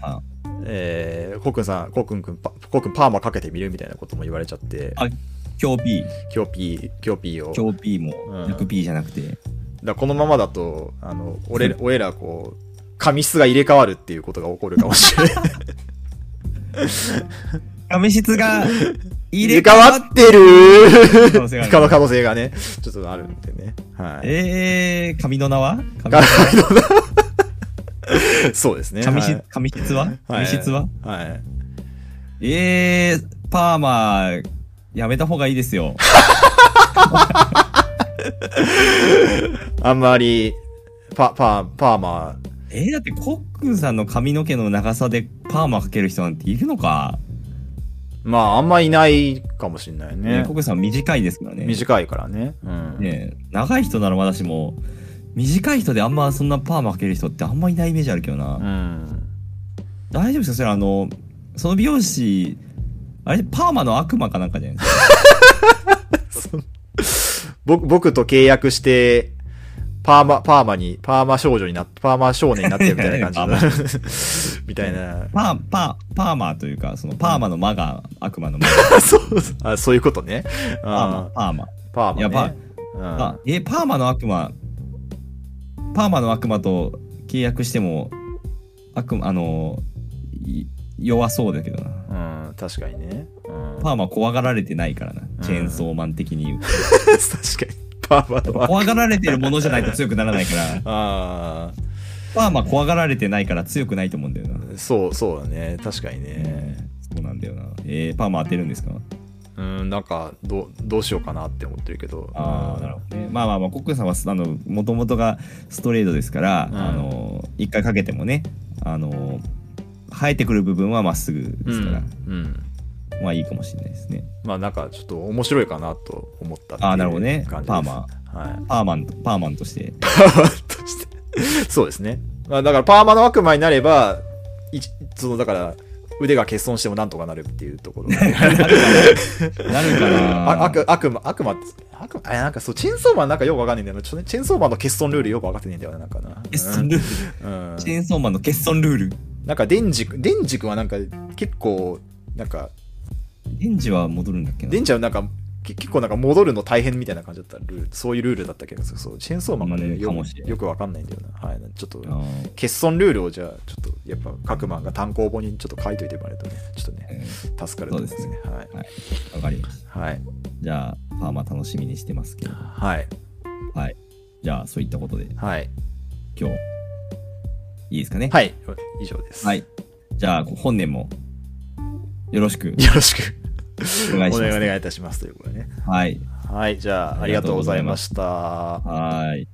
A: あ
B: えー、コウくんさん、コウくんくんパ、コウくんパーマかけてみるみたいなことも言われちゃって、
A: あ、強 P。
B: キョーピー、キョーピーを。
A: 強 P も
B: うん
A: 弱 P じゃなくて。
B: だからこのままだとあの俺ら俺らこう髪質が入れ替わるっていうことが起こるかもしれない
A: 髪質 が 入
B: 入
A: れ替
B: れ替
A: わ
B: わ
A: っ
B: ってる
A: 可能性がある
B: かの可能性がねちょっとあるんでねはい
A: ええ髪の名は髪
B: 髪の そうですね
A: 髪
B: は
A: 質
B: い
A: 髪質は髪質は、
B: はい、はい
A: ええパーマ、やめた方がいいですよ。
B: あんまりパパパーマ
A: えーだってコックンさんの髪の毛の長さでパーマかける人なんているのか、
B: まあ、あんまいないかもしれない
A: ね
B: ね
A: コッ。クンさん短いですからね
B: 短いからね。うん。
A: ね長い人ならまだしも短い人であんまそんなパーマかける人ってあんまいないイメージあるけどな、
B: うん。
A: 大丈夫ですかそれあのその美容師あれパーマの悪魔かなんかじゃない ですか
B: 僕、僕と契約して、パーマ、パーマに、パーマ少女になって、パーマ少年になってるみたいな感じの みたいな。
A: パーパーパーマというかそのパーマの魔が悪魔の魔
B: そう、あそういうことね。
A: パーマ
B: あ
A: パーマ
B: ーパーマ、ね。
A: いやパー
B: うん
A: あえパーマの悪魔パーマの悪魔と契約しても悪魔あのい弱そうだけどな
B: うん、確かにね。うん、
A: パーマ怖がられてないからなチェーンソーマン的に言うと
B: 確かに。パーマの悪魔
A: 怖がられてるものじゃないと強くならないから
B: あ
A: パーマ怖がられてないから強くないと思うんだよな、
B: あ、そう、そうだね。確かにね。
A: そうなんだよなえー、パーマ当てるんですか
B: うん、なんか、どう、どうしようかなって思ってるけど。
A: ああ、なるほどね。まあまあまあ、コックンさんはすあの元々がストレートですから、
B: うん
A: あの一回かけてもね、あの生えてくる部分はまっすぐで
B: う
A: すから、
B: ん。うん。
A: まあいいかもしれないですね。
B: まあ、なんか、ちょっと面白いかなと思ったっていう
A: あーなるほどね
B: 感じです
A: パーマ。
B: はい。
A: パーマンとパーマンと して、
B: パーマとして。そうですね。まあ、だから、パーマの悪魔になれば、いその、だから、腕が欠損してもなんとかなるっていうと ころ。
A: なるか
B: あ
A: な。
B: 悪悪魔、悪魔って、悪魔、あなんかそう、チェーンソーマンなんかよくわかんないんだよな。ちょっとねチェーンソーマンの欠損ルールよくわかってねえんだよな、なんかな。
A: 欠損ルール、
B: うん。
A: チェーンソーマンの欠損ルール。
B: なんか、デンジ君、デンジ君はなんか、結構、なんか、
A: レンジは戻るんだっけな。
B: デンジはなんか、け結構なんか戻るの大変みたいな感じだったルール、そういうルールだったけど、そうそう、チェーンソーマンが
A: う
B: ね、
A: ん
B: よ
A: かもしれ
B: く
A: ない
B: よくわかんないんだよな。はい、ちょっと、
A: あー
B: 欠損ルールをじゃあ、ちょっと、やっぱ、各漫画単行本にちょっと書いといてもらえるとね、ちょっとね、
A: え
B: 助かると思うんですね。はい
A: ー。はい、わかりました。
B: はい。
A: じゃあ、パーマ楽しみにしてますけど、
B: はい。
A: はい。じゃあ、そういったことで、
B: はい。
A: 今日、いいですかね。
B: はい。以上です。
A: はい。じゃあ、本年も、よろしく
B: よろしく。
A: お願い
B: お
A: します。
B: 願いいたしますということでね。
A: はい。
B: はい、じゃあ、ありがとうございました。
A: はーい。